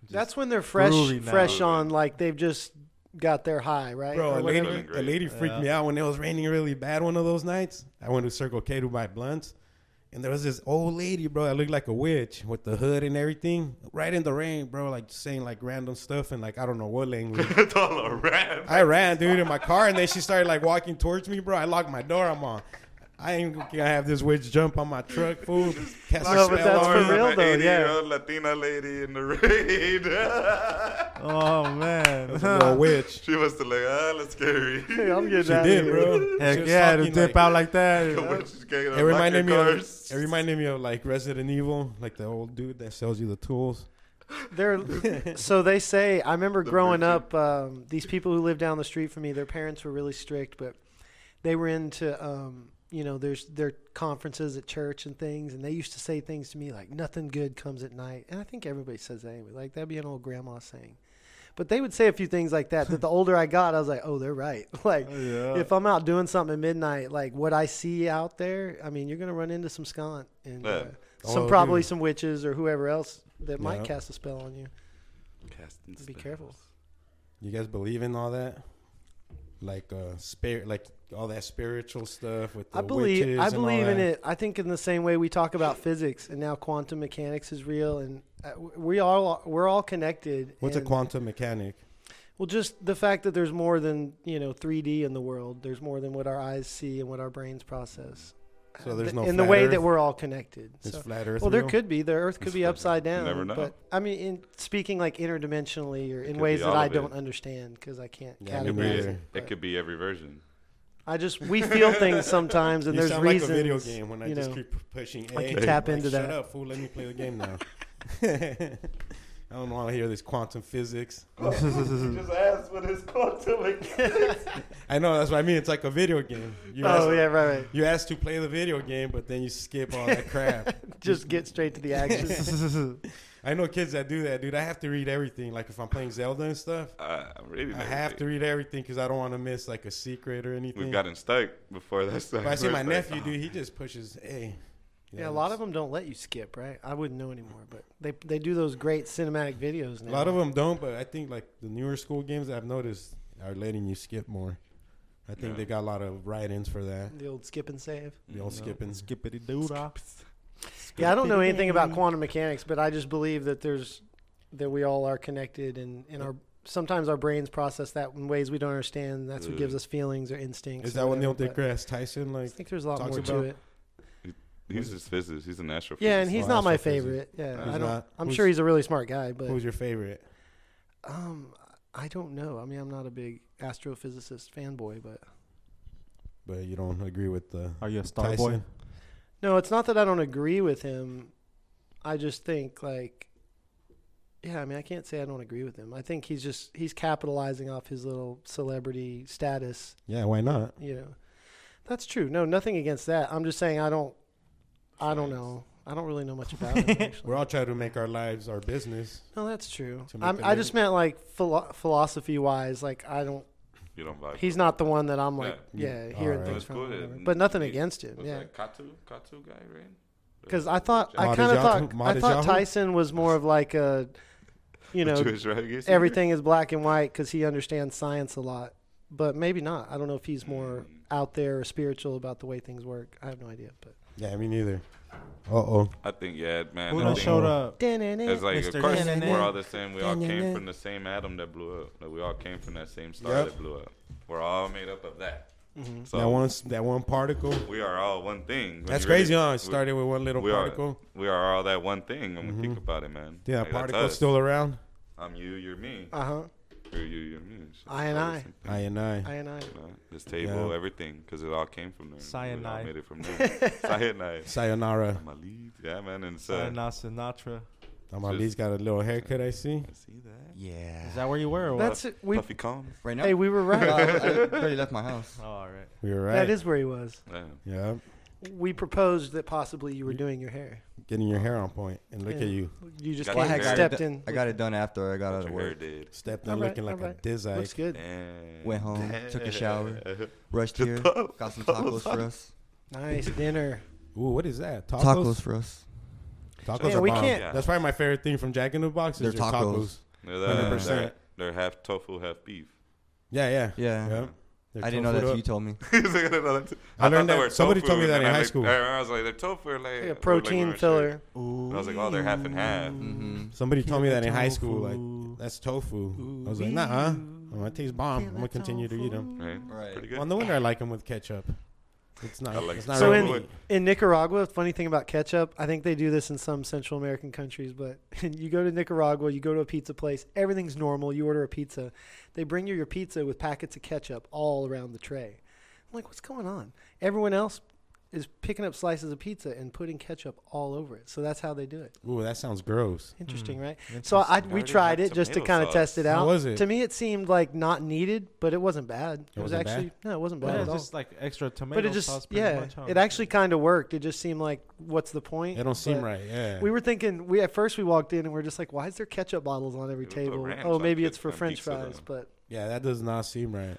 that's when they're fresh,
groovy now.
fresh on like they've just got their high, right?
Bro,
Or
a lady,
whatever.
whatever.
a lady freaked
Yeah.
me out when it was raining really bad one of those nights. I went to Circle K to buy blunts, and there was this old lady, bro, that looked like a witch with the hood and everything, right in the rain, bro, like saying like random stuff and like I don't know what language.
it's all a rap.
I ran, dude, in my car, and then she started like walking towards me, bro. I locked my door. I'm on. I ain't gonna have this witch jump on my truck, fool. Cast a
No, but
spell
that's
on
for
me.
real,
An
though, yeah.
80-year-old Latina lady in the raid.
Oh man,
Little witch.
she must have like, ah, that's scary.
Hey, I'm getting
She
out
did,
of here.
bro. She
heck
was
yeah, to
talking,
dip
like-
out like that.
It reminded me. Of, it reminded me of like Resident Evil, like the old dude that sells you the tools.
They're so they say. I remember
The
growing
virgin.
up, um, these people who lived down the street from me, their parents were really strict, but they were into um, you know there's their conferences at church and things, and they used to say things to me like "nothing good comes at night," and I think everybody says that anyway. Like that'd be an old grandma saying. But they would say a few things like that. That the older I got, I was like, "Oh, they're right." Like,
Uh.
Yeah.
if I'm out doing something at midnight, like what I see out there, I mean, you're gonna run into some scant and uh,
Yeah.
some
Oh,
probably
dude.
some witches or whoever else that might
Yeah.
cast a spell on you.
Casting
Be careful.
You guys believe in all that? Like uh spirit, like all that spiritual stuff with the
I believe
witches
I
and all
believe in
that?
it. I think in the same way we talk about physics and now quantum mechanics is real and uh, we all we're all connected.
What's
and-
a quantum mechanic?
Well, just the fact that there's more than you know 3D in the world. There's more than what our eyes see and what our brains process.
So there's no
Uh, in the way
flat
that
Earth?
we're all connected.
Is
So-
flat Earth
well, there
real?
could be. The Earth could be upside down.
never know.
But I mean, in, speaking like interdimensionally or in
could
ways
be
that
all
I
of it.
don't understand because I can't
Yeah, me
It could,
categorize
neither.
it.
be, it could be every version.
I just we feel things sometimes, and
you
there's
sound
reasons.
like a video game when I
you
just
know.
keep pushing A.
I can
and
tap
like,
into that.
Shut up, fool. Let me play the game now. I don't want to hear this quantum physics.
just asked what is quantum
I know that's what I mean. It's like a video game. You
Oh
ask-
yeah, right, right.
You asked to play the video game, but then you skip all that crap.
Just get straight to the action.
I know kids that do that, dude. I have to read everything. Like if I'm playing Zelda and stuff,
I'm reading
I have to read everything because I don't want to miss like a secret or anything.
We've gotten stuck before that stuff.
But I see my
We're stuck.
nephew, dude. He just pushes A.
yeah, a lot of them don't let you skip, right? I wouldn't know anymore, but they they do those great cinematic videos now.
A lot of them don't, but I think like the newer school games I've noticed are letting you skip more. I think
Yeah.
they got a lot of write-ins for that.
the old skip and save.
They all skipping.
Skippity doodah.
Yeah, I don't know anything about quantum mechanics, but I just believe that there's that we all are connected, and and our sometimes our brains process that in ways we don't understand. and That's what gives us feelings or instincts.
Is
or
that what Neil
whatever, but
deGrasse Tyson
I
like?
think there's a lot
talks
more to
about?
it.
"Ah, He's just physicist. He's an astrophysicist.
Yeah, and he's not my
astrophysicist.
favorite. Yeah,
He's
I don't.
not.
I'm
Who's-
sure he's a really smart guy, but
Who's your favorite?
um, I don't know. I mean, I'm not a big astrophysicist fanboy, but
But you don't agree with the
Are you a star boy?
Tyson?
No, it's not that I don't agree with him. I just think like yeah, I mean, I can't say I don't agree with him. I think he's just he's capitalizing off his little celebrity status,
Yeah, why not?
you know. That's true. No, nothing against that. I'm just saying I don't I don't know. I don't really know much about him actually.
We're all trying to make our lives our business.
No, that's true.
To make
I'm,
a
I just
living.
meant like philo- philosophy wise, like I don't
You don't vibe.
he's not the one that I'm like yeah,
Yeah.
hearing
Alright.
things
That's
from.
cool.
or whatever.
Yeah.
But nothing
He-
against him.
Was
Yeah.
that Katu? Katu guy, right?
Because I thought I
Mod
kind of
Yahoo?
thought
Mod
I thought
Yahoo?
Tyson was more of like a, you know,
Jewish reggae singer?
everything is black and white because he understands science a lot, but maybe not. I don't know if he's more out there or spiritual about the way things work. I have no idea. But
Yeah, me neither. Uh oh.
I think yeah, man.
Who
I
done
think-
showed up?
It's like,
Mr.
of course,
Dun-dun-dun.
we're all the same. We all came
Dun-dun-dun.
from the same atom that blew up. Like, we all came from that same star
Yep.
that blew up. We're all made up of that.
Mm-hmm.
So
That one, s- that one particle.
we are all one thing. When
That's
you really-
crazy, huh?
we-
It started with one little
we are,
particle. Mm-hmm.
we are all that one thing when we think about it, man.
Yeah,
Like, that's
particle's
us.
still around.
I'm you, you're me.
uh huh.
You're you, you're me. It's
I and
all the
I.
same thing,
I and I.
I and I.
you know? This table,
Yeah.
everything, because it all came from there. We all
Cyanide.
made it from there. Cyanide.
Sayonara.
I'm a lead. Yeah, man. And so,
Uh, not Sinatra.
Amalie's got a little haircut, I see.
I see that.
Yeah.
Is that where you were? Or what?
That's it. We
Puffy combs.
right now?
hey, we were right.
Well, I, I barely left my house.
Oh, all right.
We were right.
That is where he was.
Yeah.
Yeah.
We proposed that possibly you were doing your hair.
Getting your hair on point, and look
Yeah.
at you,
You just
Got
Well,
came,
your
I
hair.
got,
stepped
it do-
in.
I got it done after I got out
Your
of
hair
work.
did.
stepped
All
in
right,
looking like
all right.
a dizzy.
Looks good.
And
Went home, took a shower, rushed here, got some tacos for us.
Nice dinner.
Ooh, what is that?
Tacos,
Tacos.
for us.
Tacos
Yeah,
are
we
bomb.
can't-
That's probably my favorite thing from Jack in the Box
They're
is your
tacos.
tacos.
They're,
Hundred
the, they're,
percent.
they're half tofu, half beef.
Yeah, yeah,
Yeah.
They're
I didn't know
tofu'd
that till
up.
you told me.
I didn't know that.
I learned
thought they
that-
were
somebody told me
tofu,
that
and
in
then
high
I-
school.
I was like, they're tofu. or Like,
Yeah,
or
protein
like,
filler.
And I was like, oh, they're half and half.
Mm-hmm.
Somebody told me that in high school,
Tofu.
like that's tofu. I was like, nah, uh. Oh, it tastes bomb. I'm gonna continue to eat them.
Right?
Right.
Pretty
Well,
good.
no wonder I like them with ketchup. It's not.
I like
it's not
So
really
in,
meat.
in Nicaragua, funny thing about ketchup, I think they do this in some Central American countries, but you go to Nicaragua, you go to a pizza place, everything's normal, you order a pizza. They bring you your pizza with packets of ketchup all around the tray. I'm like, what's going on? Everyone else is picking up slices of pizza and putting ketchup all over it. So that's how they do it.
Ooh, that sounds gross.
Hmm.
Interesting, right? So I we
already
tried
had
it just to
tomato
kind of
sauce.
test it out.
How was it?
To me it seemed like not needed, but it wasn't bad. It, was
wasn't
actually no, it wasn't bad
Yeah,
at all
just like extra tomato
but it just
sauce. pretty
yeah
much, huh?
it actually kind of worked it just seemed like what's the point
It don't seem
But
right. Yeah.
we were thinking we at first we walked in and we are just like why is there ketchup bottles on every
They would put
table
ranch
oh
on
maybe
pizza-
it's for
on
french
pizza,
fries
though.
but
yeah, that does not seem right.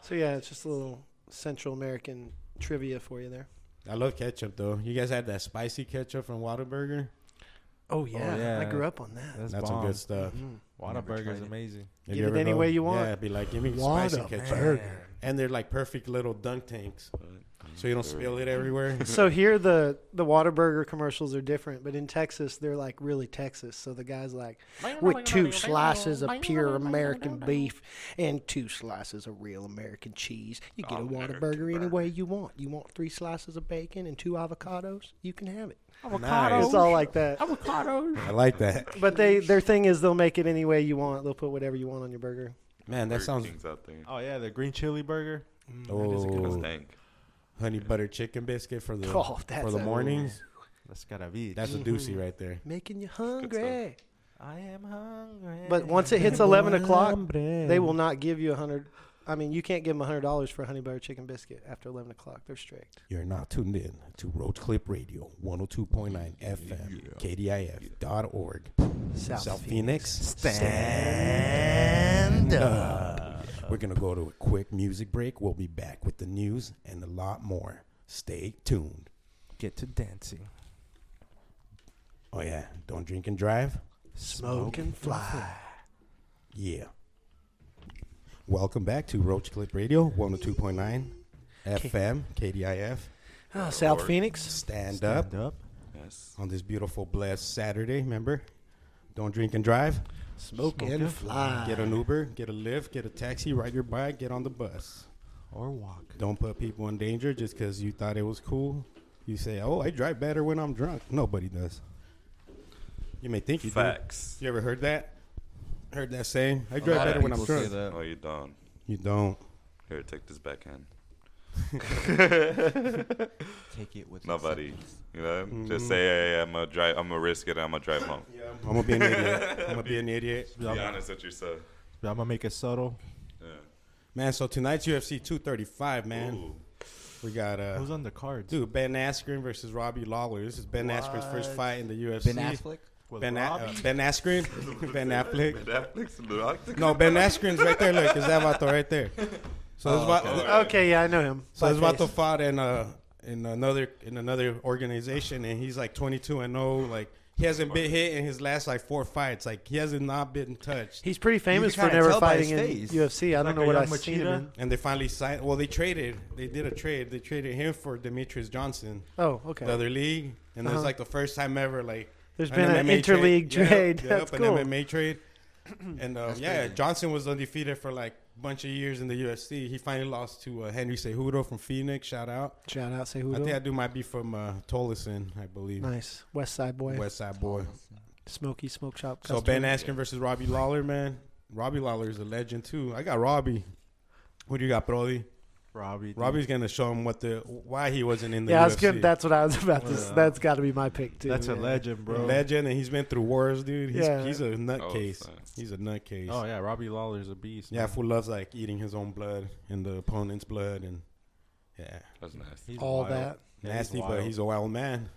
so yeah it's just a little central american trivia for you there
I love ketchup though. You guys had that spicy ketchup from Whataburger.
oh yeah, i
yeah.
grew up on that Mm.
That's,
That's some
bomb.
good stuff.
Whataburger's
tried it.
amazing.
If
Get it any way you want.
Yeah, be like, give me
What
spicy
a
ketchup.
burger.
And they're like perfect little dunk tanks. so you don't spill it everywhere.
So here the the Whataburger commercials are different, but in Texas they're like really Texas. So the guy's like, with two slices of pure American beef and two slices of real American cheese, you get a
American
Whataburger any
burger.
way you want. You want three slices of bacon and two avocados, you can have it.
nice.
It's all like that.
I like that.
But they their thing is they'll make it any way you want. They'll put whatever you want on your burger.
Man, that
Burger
sounds.
King's out there.
Oh yeah, the green chili burger.
That's
Oh,
dank.
honey butter chicken biscuit for the
Oh, that's
for the
a- Mm-hmm.
mornings.
That's gotta be.
That's a doozy right there.
Making you
stuff.
hungry.
I am hungry.
But once it hits eleven o'clock,
they
Mm.
They will not give you a hundred. I mean, you can't give them a hundred dollars for a honey butter chicken biscuit after eleven o'clock. They're strict.
You're not tuned in to Road Clip Radio 102.9 FM, KDIF.org,
South,
South
Phoenix.
Phoenix.
Stand up.
We're going to go to a quick music break. We'll be back with the news and a lot more. Stay tuned.
get to dancing.
Oh, yeah. Don't drink and drive.
Smoke and fly.
Yeah. Welcome back to Roach Clip Radio 102.9 FM, KDIF.
Oh, South Phoenix.
Stand, up
Stand up.
Yes.
on this beautiful, blessed Saturday. Remember, don't drink and drive.
Smoke, and fly.
Get an Uber, get a Lyft, get a taxi, ride your bike, get on the bus.
or walk.
Don't put people in danger just because you thought it was cool. You say, "Oh, I drive better when I'm drunk." Nobody does. You may think you
Facts.
do. You ever heard that? Heard that saying? I drive better when I'm drunk.
Oh, you don't.
You don't.
Here, take this backhand.
Take it with
Nobody. You know,
Mm-hmm.
just say, hey, I'm gonna drive. I'm gonna risk it. I'm gonna drive home.
I'm gonna be an idiot. I'm gonna be an idiot.
Be honest with yourself.
I'm gonna make it subtle.
Yeah.
Man, so tonight's UFC 235, man.
Ooh.
We got uh,
Who's on the cards?
dude Ben Askren versus Robbie Lawler. This is Ben Askren's first
What?
fight in the UFC.
Ben Affleck.
With
Ben, A-
Robbie?
uh, ben Askren. ben Affleck.
Netflix and the octagon.
No, Ben Askren's right there. Look, it's that vato right there. So this va-
Okay, yeah, I know him.
So his
Blackface.
vato fought in uh in another in another organization, and he's like 22 and 0. Like he hasn't been hit in his last like four fights. Like he hasn't not been touched.
He's pretty famous for
kinda
never
tell by
fighting in
his face.
UFC. I don't
Like
know
a
what I
young
seen him
Machida?
in.
and they finally signed. Well, they traded. They did a trade. They traded him for Demetrius Johnson,
Oh, okay.
the other league, and it's
Uh-huh.
like the first time ever. Like
There's
an
been an
MMA
interleague
Yep,
trade.
yep,
That's
an
cool.
MMA trade. And uh, yeah, Johnson was undefeated for like a bunch of years in the UFC. He finally lost to uh, Henry Cejudo from Phoenix. Shout out.
Shout out, say
I think I
who?
do might be from uh, Tolleson, I believe.
Nice West Side boy,
West Side Boy.
Smoky Smoke Shop.
So
customer.
Ben Askren versus Robbie Lawler, man. Robbie Lawler is a legend too. I got Robbie. What do you got, Brody?
Robbie. dude.
Robbie's gonna show him what the why he wasn't in the
Yeah, I
UFC.
was good. That's what I was about to. s
Yeah.
That's got to be my pick too.
That's a
man.
legend, bro.
legend, and he's been through wars, dude. He's,
Yeah.
he's a
Oh,
nutcase.
thanks.
He's a nutcase.
Oh yeah, Robbie Lawler's a beast.
yeah,
man.
fool loves like eating his own blood and the opponent's blood, and yeah,
That's nasty.
He's
All
wild.
that.
Yeah,
nasty,
wild.
but he's a wild man.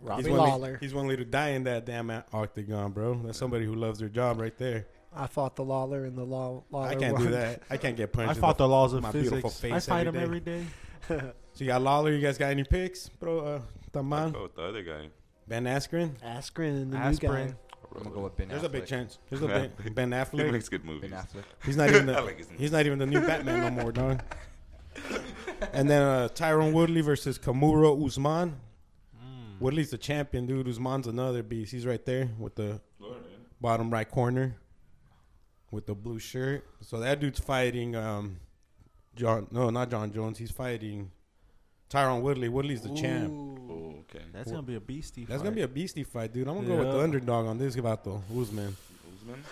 Robbie
he's one
Lawler.
He's willing to die in that damn octagon, bro. That's somebody who loves their job right there.
I fought the Lawler and the Law. Lawler
I can't do
won.
that. I can't get punched.
I
in
fought the laws of
my
physics.
beautiful face
I fight
every
him
day.
every day.
So you got Lawler. You guys got any picks, bro? Uh,
I'll
Taman,
go with the other guy.
Ben Askren.
Askren and the new guy.
Aspirin.
I'm gonna go with Ben.
There's
Affleck.
a big chance. There's a
Ben
big, Ben
He
Affleck.
makes good
Ben
movies.
Affleck.
He's not even
I
the,
like his name.
he's not even the new Batman no more, dog. And then uh, Tyrone Woodley versus Kamuro Usman. Woodley's the champion, dude. Usman's another beast. He's right there with the bottom right corner with the blue shirt. So that dude's fighting um, John. No, not John Jones. He's fighting Tyrone Woodley. Woodley's the champ.
Oh, okay.
That's gonna be a beastie.
That's
fight.
gonna be a beastie fight, dude. I'm gonna go with the
Yeah.
underdog on this about the Usman.
Usman?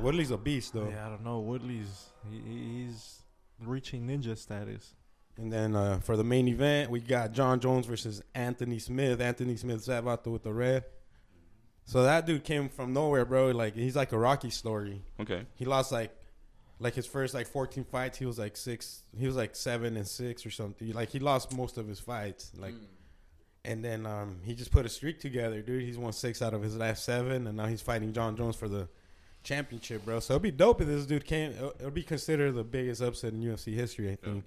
Woodley's a beast though.
Yeah, I don't know. Woodley's he, he- he's reaching ninja status.
And then uh, for the main event, we got John Jones versus Anthony Smith. Anthony Smith sat out there with the red. So that dude came from nowhere, bro. Like he's like a Rocky story.
Okay.
He lost like like his first like 14 fights. He was like six. He was like seven and six or something. Like he lost most of his fights. Like.
Mm.
And then um, he just put a streak together, dude. He's won six out of his last seven, and now he's fighting John Jones for the championship, bro. So it'd be dope if this dude came. It'll, it'll be considered the biggest upset in UFC history, I think.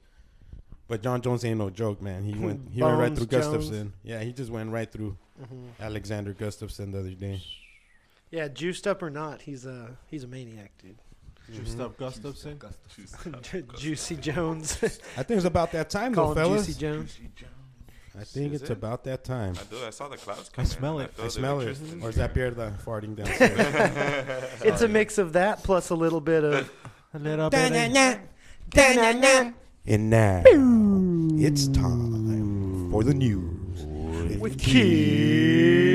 But John Jones ain't no joke, man. He went he went right
Bones
through
Jones.
Gustafson. Yeah, he just went right through Alexander Gustafson the other day.
Yeah, juiced up or not, he's a he's a maniac, dude.
Juiced up Gustafson.
Juicy Jones.
I think it's about that time,
Call
though,
him
fellas.
Juicy Jones.
I think
Is
it's
it?
about that time.
I do. I saw the clouds
I
coming.
smell it.
feel
I
the
smell it.
electricity.
Or is that Pierda farting downstairs?
It's a mix of that plus a little bit of.
A little bit. of-
and now it's time for the news with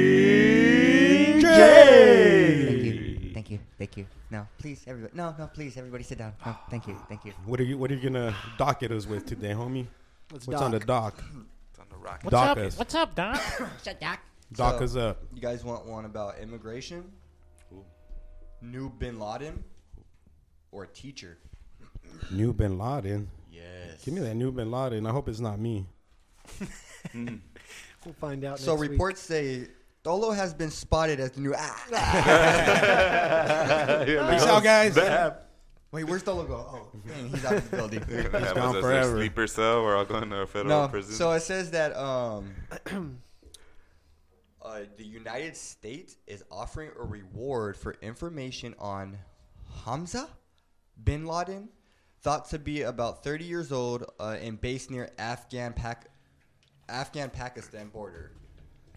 King
Thank
J.
you. Thank you. Thank you. No, please, everybody. No, no, please, everybody, sit down. No, thank you. Thank you.
What are you What are you gonna docket us with today, homie?
Let's
What's on the
dock.
dock?
It's on the rock.
Dock us.
What's up, Doc?
Dock
So-
us up.
You guys want one about immigration?
Ooh.
New Bin Laden or a teacher?
New Bin Laden.
Yes.
Give me that new Bin Laden. I hope it's not me.
We'll find out.
So
next week.
reports say Dolo has been spotted as the new. Ah.
Peace out, guys.
Wait, where's Dolo go? Oh, dang, he's out of the building.
That was
gone
a
forever.
Sleeper cell. We're all going to a federal
no,
prison.
so it says that um, uh, the United States is offering a reward for information on Hamza bin Laden, thought to be about 30 years old uh, and based near Afghan Pak- Afghan Pakistan border.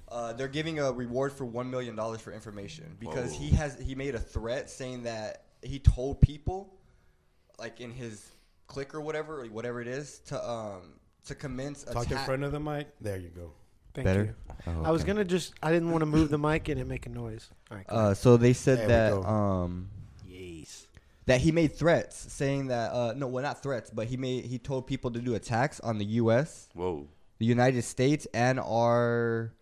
Uh, they're giving a reward for one million dollars for information because he has he made a threat saying that he told people like in his click or whatever, or whatever it is, to um to commence
Talk in
attack.
front of the mic. There you go.
Thank you.
Oh,
I was gonna just. I didn't want to move the mic in and make a noise. All right.
Uh, so they said
There we go.
that um
Yes.
that he made threats, saying that uh no, well not threats, but he made he told people to do attacks on the U.S.,
Whoa.
the United States, and our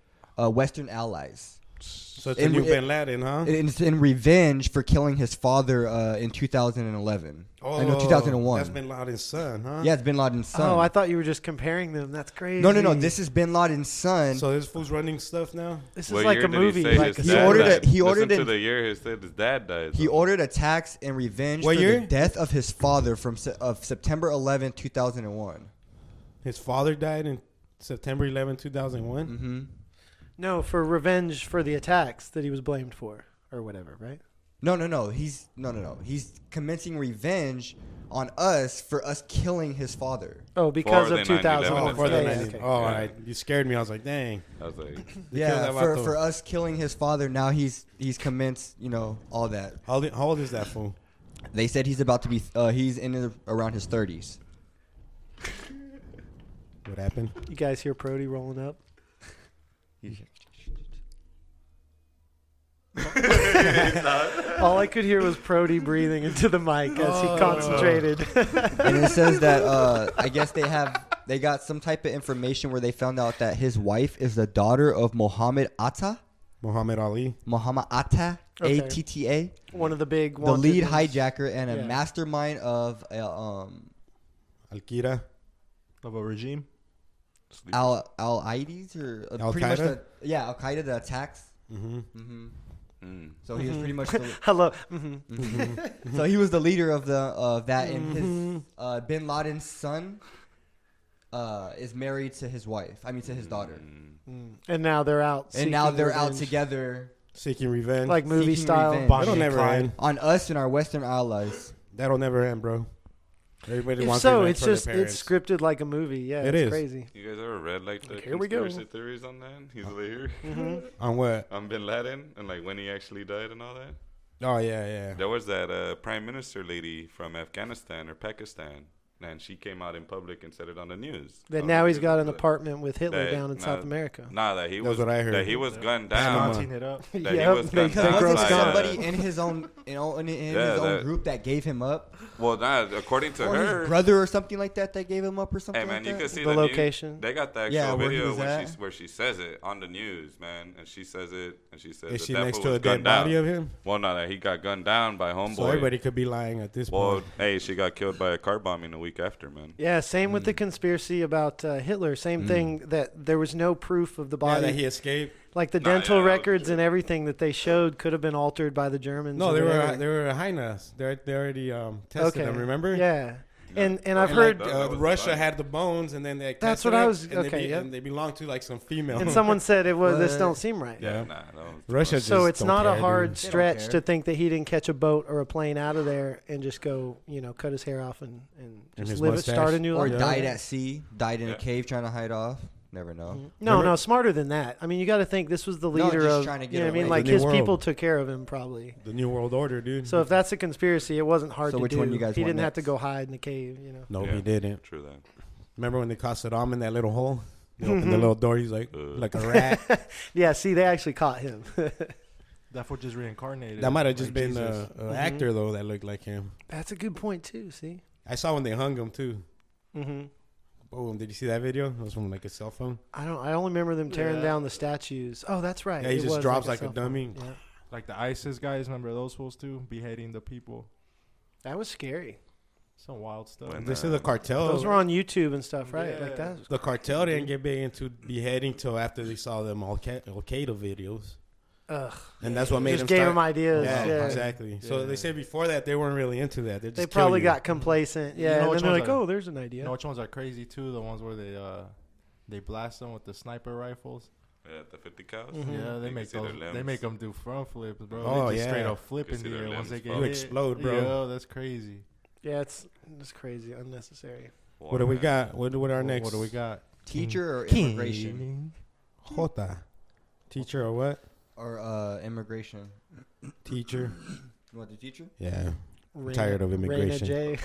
uh, Western allies.
So it's a
And
new
we-
Bin Laden, huh?
And It's in revenge for killing his father uh, in 2011. Oh, I know 2001.
That's Bin Laden's son, huh?
yeah, it's Bin Laden's son.
Oh, I thought you were just comparing them. That's crazy.
no, no, no. This is Bin Laden's son.
So this fool's running stuff now.
This
What
is like
year
a
did
movie.
He, say
like
his
he
dad
ordered
died?
a- he ordered
Listen to the
an-
year he said his dad died.
He ordered attacks in revenge
What
for
year?
the death of his father from se- of September 11, 2001.
His father died in September 11, 2001.
hmm
no, for revenge for the attacks that he was blamed for or whatever, right?
No, no, no. He's no, no, no. He's commencing revenge on us for us killing his father.
Oh, because
the
of 2000.
9/11
Oh, for the
Yeah, yeah,
90s.
okay.
Oh, all right. You scared me. I was like, dang.
I was like,
They
yeah,
killed that
for,
vato.
for us killing his father. Now he's he's commenced. You know all that.
How old, how old is that fool?
They said he's about to be. Uh, he's in the, around his 30s.
What happened?
You guys hear Prody rolling up? All I could hear was Prody breathing into the mic as
Oh.
he concentrated.
and it says that uh, I guess they have they got some type of information where they found out that his wife is the daughter of Muhammad Atta.
Muhammad Ali.
Muhammad Atta,
Okay.
A T T A,
One of the big
the lead
wanted-
hijacker and a
Yeah.
mastermind of uh, um,
Al Qaeda.
Of a regime.
Al Al Qaeda's or uh, pretty much
Al-Qaeda?
the, yeah Al Qaeda the attacks.
Mm-hmm.
hmm
mm,
So
Mm-hmm.
he was pretty much the,
Hello. hmm
so he was the leader of the of that and
Mm-hmm.
his uh, Bin Laden's son uh, is married to his wife. I mean to his daughter.
Hmm.
And now they're out.
And now
seeking
they're out
revenge.
togetond.
Seeking revenge.
Like movie
Seeking
style.
revenge.
That'll
Bonnie
never
and
end.
on us and our Western allies.
That'll never end, bro. Everybody
If
wants
so,
revenge
it's
for their
just
parents.
it's scripted like a movie. Yeah,
It
it's
is.
crazy.
you guys ever read like the
Here we go.
conspiracy theories on that? He's over here.
on what?
on Bin Laden and like when he actually died and all that.
Oh yeah, yeah.
There was that uh, prime minister lady from Afghanistan or Pakistan, and she came out in public and said it on the news.
That
On
now
the
he's
news
got
and
an
all that.
apartment with Hitler
That-
down in
nah,
South America.
Nah, that he
That's
was.
what I
That
heard.
he was gunned
Panama.
down.
Mounting it up.
That he was
they,
gunned down
they
Wasn't
broke
by,
his
uh,
gun.
somebody in his own in, all- in, in
Yeah,
his own
that-
group that gave him up,
Well, nah, according to
or
her.
his brother or something like that that gave him up or something.
Hey man,
like
you
that?
can see
The
new-
location.
They got the actual
Yeah, where he
video
was
when
at.
she, where she says it on the news, man, and she says it and she says.
Is
that
she
that
next
fool
to
was
a dead
gunned down.
body of him?
Well, no, that he got gunned down by homeboy.
So everybody could be lying at this
Well,
point.
hey, she got killed by a car bombing a week after, man.
Yeah, same with
Hmm.
the conspiracy about uh, Hitler. Same thing that there was no proof of the
Yeah,
body.
that he escaped.
like the
Nah,
dental
yeah, that was
records and everything that they showed could have been altered by the Germans.
No,
or
they were
whatever.
they were behind us. They they already um, tested
okay.
them. Remember?
Yeah. And and
Yeah,
I've
like
heard
that.
Uh,
was
Russia
fire.
had the bones, and then they.
That's what
cut it
I
up,
was-
And they
okay,
be-
yeah.
and they belong to like some female.
and someone said it was this
What?
don't seem right.
Yeah.
Nah, that was-
Russia.
So
just
it's
don't
not a
care,
hard
dude.
They don't
stretch
care.
to think that he didn't catch a boat or a plane out of there and just go, you know, cut his hair off and and just
his
live
mustache.
it, start a new
Or
life.
died at sea, died in
Yeah.
a cave trying to hide off. Never know.
Mm-hmm.
No,
Remember-
no, smarter than that. I mean, you got to think this was the
No,
leader
just
of.
trying to get
you know what I mean?
away.
Like
The new
his people
world.
took care of him probably.
The New World Order, dude.
So if that's a conspiracy, it wasn't hard
So
to
which
do.
one you guys
he
want
didn't have to
next?
go hide in the cave, you know.
no,
Yeah.
he didn't.
True that.
Remember when they caught Saddam in that little hole? They opened the little door. He's like,
Uh.
like a rat.
Yeah, see, they actually caught him.
That fool just reincarnated.
that might have
like
just been
Jesus.
uh,
Mm-hmm.
an actor though that looked like him.
that's a good point too. See.
I saw when they hung him too.
Mm-hmm.
Boom! Did you see that video? It was from like a cell phone.
I don't. I only remember them tearing
Yeah.
down the statues. Oh, that's right.
Yeah, he
It
just
was
drops like a
cell phone.
dummy.
Yeah.
like the ISIS guys. Remember those fools too, beheading the people.
That was scary.
Some wild stuff.
When-
This is the cartel.
Those were on Mm-hmm. YouTube and stuff, right?
Yeah.
Like that.
the cartel didn't get big into beheading till after they saw them Al Qaeda videos,
Ugh.
and that's what made
Just
them
gave
start-
them ideas.
Yeah,
Yeah.
exactly. So
Yeah.
they said before that they weren't really into that. They, just
They
kill
probably
you.
got complacent.
You
Yeah.
know
and
which
then they're
ones
like,
I-
oh, there's an idea.
You know which ones are crazy too? The ones where they uh they blast them with the sniper rifles.
Yeah, the 50 cows.
Mm-hmm.
Yeah,
You
they
can
make
see their
those, they
limbs.
make them do front flips, bro.
Oh,
they just straight
yeah.
up flip
You
in
see
the
their
air once they
limbs
get
fall.
You
hit.
explode, bro.
Yo, that's crazy.
Yeah, it's it's crazy, unnecessary.
What do we got? What what our
What-
next?
What do we got?
Teacher or immigration?
Jota, teacher or what?
Or uh, immigration.
Teacher.
You want the teacher?
Yeah.
Reina-
tired of
Reina
immigration.
J.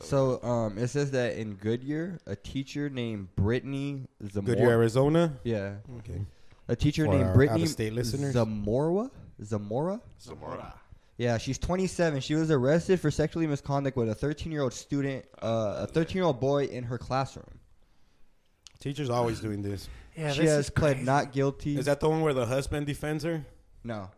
So um, it says that in Goodyear, a teacher named Brittany Zamora.
Goodyear,
Mm-hmm.
Arizona.
Yeah.
Okay.
A teacher
For
named
our
Brittany
out-of-state listeners?
Zamora. Zamora.
Zamora.
Yeah, she's 27. She was arrested for sexually misconduct with a 13-year-old student, uh, a 13-year-old boy in her classroom.
Teachers always doing this.
Yeah,
she
this
has
is
pled
crazy.
not guilty.
Is that the one where the husband defends her?
no?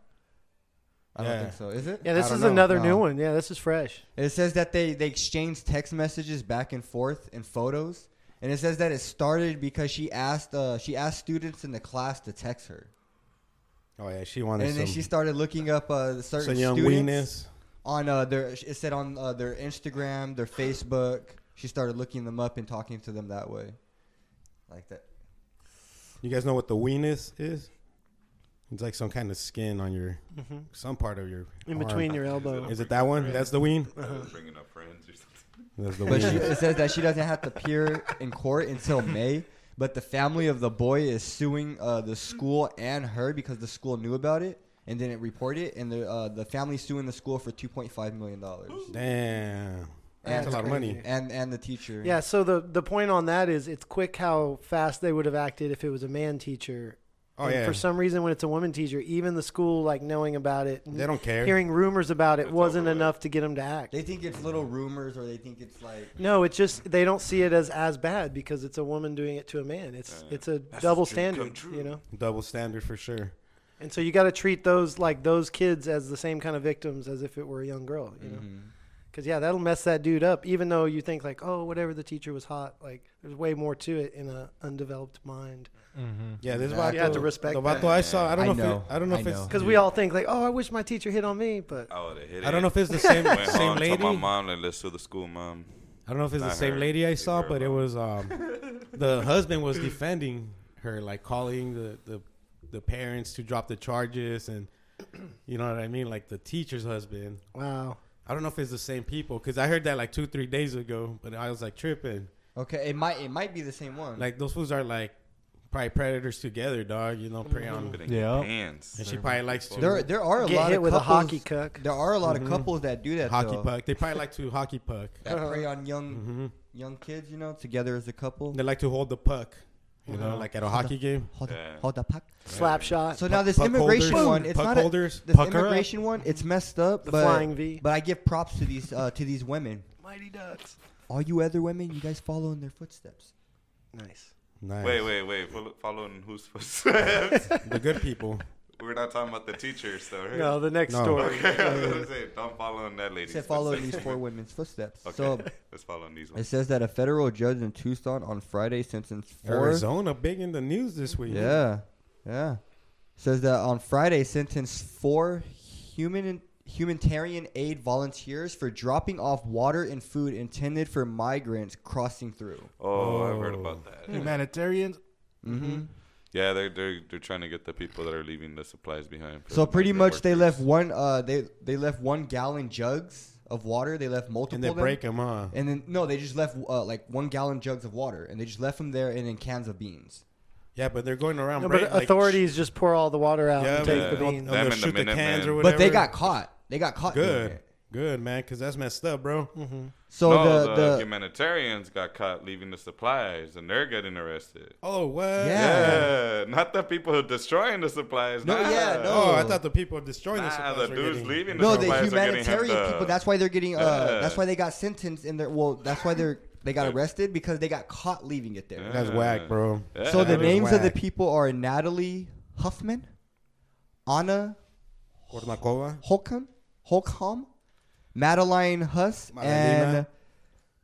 I
Yeah.
don't think so. Is it?
Yeah,
I
this
don't
is
know.
another new
No.
one. Yeah, this is fresh.
It says that they, they exchanged text messages back and forth and photos. And it says that it started because she asked uh, she asked students in the class to text her,
Oh yeah, she wanted
and then
some,
she started looking up uh, the certain
some young weenus.
students on uh, their. It said on uh, their Instagram, their Facebook. She started looking them up and talking to them that way, like that.
You guys know what the weenus is? It's like some kind of skin on your
Mhm.
some part of your
In between
arm.
your elbow.
Is it that one? That's the ween.
uh-huh.
Bringing up friends or something.
That's the
But she,
ween.
it says that she doesn't have to appear in court until May. But the family of the boy is suing uh, the school and her because the school knew about it and didn't report it, and the uh, the family suing the school for two point five million dollars.
Damn,
That's
that's a lot of money.
And and the teacher.
Yeah, so the the point on that is it's quick how fast they would have acted if it was a man teacher.
Oh,
And
yeah.
For some reason, when it's a woman teacher, even the school like knowing about it,
They don't care.
hearing rumors about it
It's
wasn't
over with.
enough to get them to act.
They think it's little rumors, or they think it's like.
no, it's just they don't see it as as bad because it's a woman doing it to a man. It's
Yeah.
it's a
Uh, That's
double
the dream come
standard,
true.
you know.
Double standard for sure.
And so you got to treat those like those kids as the same kind of victims as if it were a young girl, you know.
Mhm.
Because yeah, that'll mess that dude up. Even though you think like, oh, whatever, the teacher was hot. Like, there's way more to it in a undeveloped mind.
Mm-hmm.
Yeah, this
You
vato-
have to respect
the vato I saw. I don't
I
know. if
know.
it, I don't know
I
if it's
know.
Because we all think like, oh, I wish my teacher hit on me, but
I would have Oh, hit it.
I don't know if it's the same
Went
same
home,
lady.
Told my mom, like, let's sue the school, mom.
I don't know if it's the
Not
same
her.
lady I
It's
saw,
her,
but it
bro.
was um, the husband was defending her, like calling the, the the parents to drop the charges, and you know what I mean, like the teacher's husband.
wow,
I don't know if it's the same people because I heard that like two three days ago, but I was like tripping.
Okay, it might it might be the same one.
Like those fools are like probably predators together, dog. You know, prey on.
Couldn't
Yeah.
get Pants.
And she probably likes to
there there are a
get
lot
hit
of
with a
couples,
hockey cuck.
There are a lot of couples that do that.
Mm-hmm. hockey
though,
puck. Mm-hmm. They probably like to hockey puck.
Uh-huh.
That prey on young young kids, you know, together as a couple.
They like to hold the puck. You
Uh-huh.
know, like at a hockey game.
Hold,
Yeah.
the, hold the puck.
slap shot.
So now this
puck
immigration
holders.
one, it's
Puck
not a,
holders.
this
Pucker up.
immigration one. It's messed up,
The
but
flying V.
but I give props to these uh, to these women.
Mighty Ducks.
All you other women, you guys follow in their footsteps.
Nice.
Nice.
Wait, wait, wait. Follow, following whose footsteps?
The good people.
We're not talking about the teachers, though, right?
No, the next
No.
story.
Okay, I was gonna say, don't follow in that lady.
It said follow in these four women's footsteps.
Okay,
So
let's follow in these
it
ones.
says that a federal judge in Tucson on Friday sentenced four.
Arizona big in the news this week.
Yeah, yeah. Says that on Friday sentenced four human humanitarian aid volunteers for dropping off water and food intended for migrants crossing through.
Oh, I've heard about that.
Hmm.
Humanitarians. Mm-hmm.
Yeah, they're, they're they're trying to get the people that are leaving the supplies behind. for
So
the
pretty
migrant
much they
workers.
left one uh they they left one gallon jugs of water. They left multiple
And they
of them.
break them, huh?
And then no, they just left uh, like one gallon jugs of water, and they just left them there, and in cans of beans.
Yeah, but they're going around.
No, but
break, like,
authorities just pour all the water out
Yeah,
and take
but-
the
uh,
beans.
they'll
Them and the
shoot the
Minutemen.
cans or
But
whatever.
But they got caught. They got caught. doing
good,
it.
good man, because that's messed up, bro.
So
no,
the,
Oh, the,
the
humanitarians got caught leaving the supplies, and they're getting arrested.
Oh what?
Yeah.
Yeah, not the people who destroying the supplies.
No,
nah.
yeah, no.
Oh, I thought the people destroying the
Nah,
supplies
the
were
dudes
getting-
leaving the
no the
supplies are getting
humanitarian
hemmed
people.
up.
That's why they're getting. Uh,
Yeah.
That's why they got sentenced in there. Well, that's why they're they got arrested because they got caught leaving it there.
That's whack, bro.
Yeah.
So the
That is
names of the
whack.
people are Natalie Huffman, Anna
Kornakova?
Holcomb, Holcomb, Madeline Huss,
Madeline.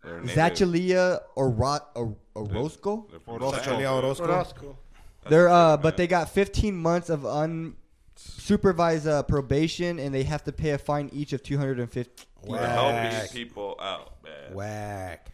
They're native.
and Zachalia Oro- Or- Orozco.
They're from
Orozco.
Mexico.
Zachalia Orozco.
They're uh,
true,
but
man.
they got 15 months of unsupervised uh, probation, and they have to pay a fine each of 250.
We're
Whack.
helping people out, man.
Whack.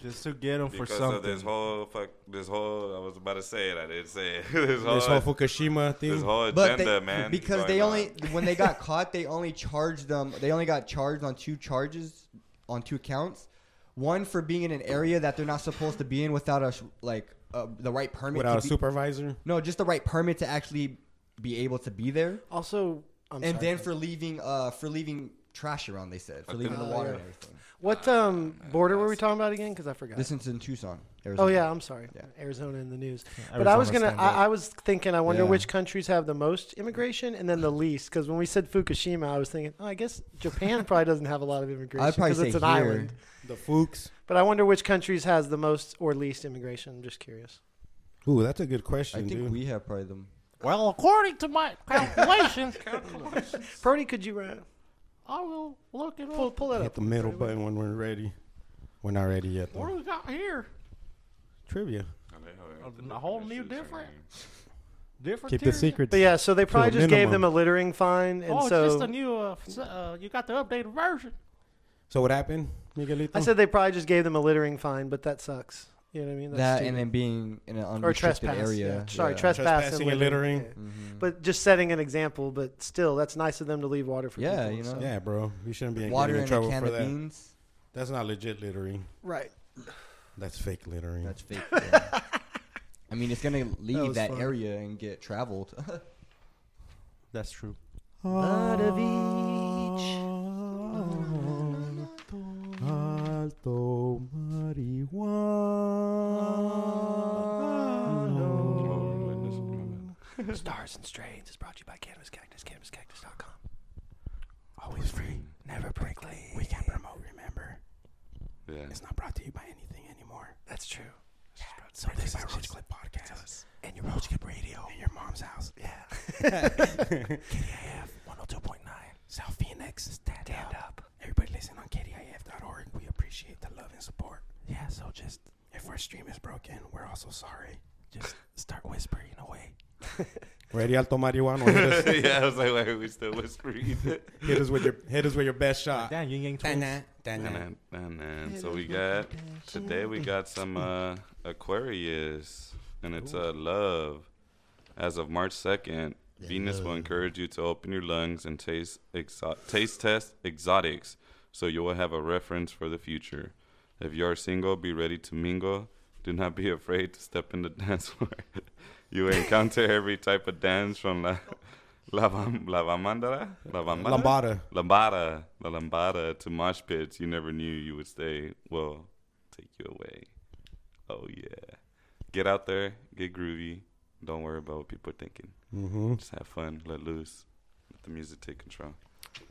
just to get them for
Because
something.
of this whole fuck, this whole I was about to say it, I didn't say it. this whole
This whole Fukushima thing.
this whole
But
agenda,
they,
man.
because
going
they only
on.
when they got caught, they only charged them. They only got charged on two charges, on two counts. One for being in an area that they're not supposed to be in without a s- like uh, the right permit.
without a
to be,
supervisor.
no, just the right permit to actually be able to be there.
Also, I'm
and
sorry.
then for leaving uh for leaving trash around they said for leaving the
think-
water
yeah.
and everything
what um, border were we talking about again? Because I forgot.
this is in tucson
Oh
Arizona.
yeah, I'm sorry.
Yeah.
Arizona in the news. but I was
Arizona
gonna,
stand up.
I, I was thinking, I wonder
Yeah.
which countries have the most immigration and then the least. Because when we said Fukushima, I was thinking, oh, I guess Japan probably doesn't have a lot of immigration
i'd probably
because
say
it's an
here.
island.
The Fuchs.
But I wonder which countries has the most or least immigration. I'm just curious.
Ooh, that's a good
i
question,
think
dude.
we have probably them
Well, according to my calculations,
Brody, could you uh,
I will look it
pull
up.
pull that
Hit
up?
the middle button when we're ready. We're not ready yet,
What do
though.
we got here?
Trivia.
A whole new different. Different.
Keep
tier?
the secret.
But yeah, so they probably
a
just gave them
minimum.
a littering fine, and
Oh,
so
it's just a new. Uh, s- uh, you got the updated version.
So what happened, Miguelito?
I said they probably just gave them a littering fine, but that sucks. You know what I mean? That's
that
stupid.
and then being in an
or
unrestricted
trespass.
area
yeah. Sorry,
yeah.
trespass
Trespassing and littering.
yeah. But just setting an example. But still, that's nice of them to leave water for
Yeah,
people,
you
so-
know.
Yeah, bro. You shouldn't be in-
water
getting in
and
trouble
a can
for
of
that.
beans
That's not legit littering.
right?
That's fake littering.
that's fake yeah. i mean it's gonna leave
was
that,
fun.
area and get traveled
That's true.
But of each.
Alto marijuana.
Stars and Strains is brought to you by Cannabis Cactus, CannabisCactus.com. Always free, never break late. We can promote, remember.
Mm.
Yeah.
It's not brought to you by anything anymore. That's true. Yeah. So this is Roach Clip Podcast. And your Roach Clip
Oh.
Radio. And your mom's house. Yeah. KDIF 102.9. South Phoenix. Stand, up. Everybody listen on KDIF.org. We appreciate the love and support. Yeah, so just, if our stream is broken, we're also sorry. Just start whispering away.
Ready, Alto marijuana. Hit us,
yeah, I was like, why are we still whispering?
hit us with your hit us with your best shot.
Damn, you ain't twins.
and, then- and then, so we got today we got some uh, Aquarius, and it's uh, love. As of March second, Venus will encourage you to open your lungs and taste exo- taste test exotics, so you will have a reference for the future. If you are single, be ready to mingle. Do not be afraid to step in the dance floor. you will encounter every type of dance from la lavamandara, lavamandara, lavamandara,
Lambada.
Lambada, the Lambada to mosh pits you never knew you would stay. Well, take you away. Oh yeah, get out there, get groovy. Don't worry about what people are thinking.
Mm-hmm.
Just have fun, let loose, let the music take control.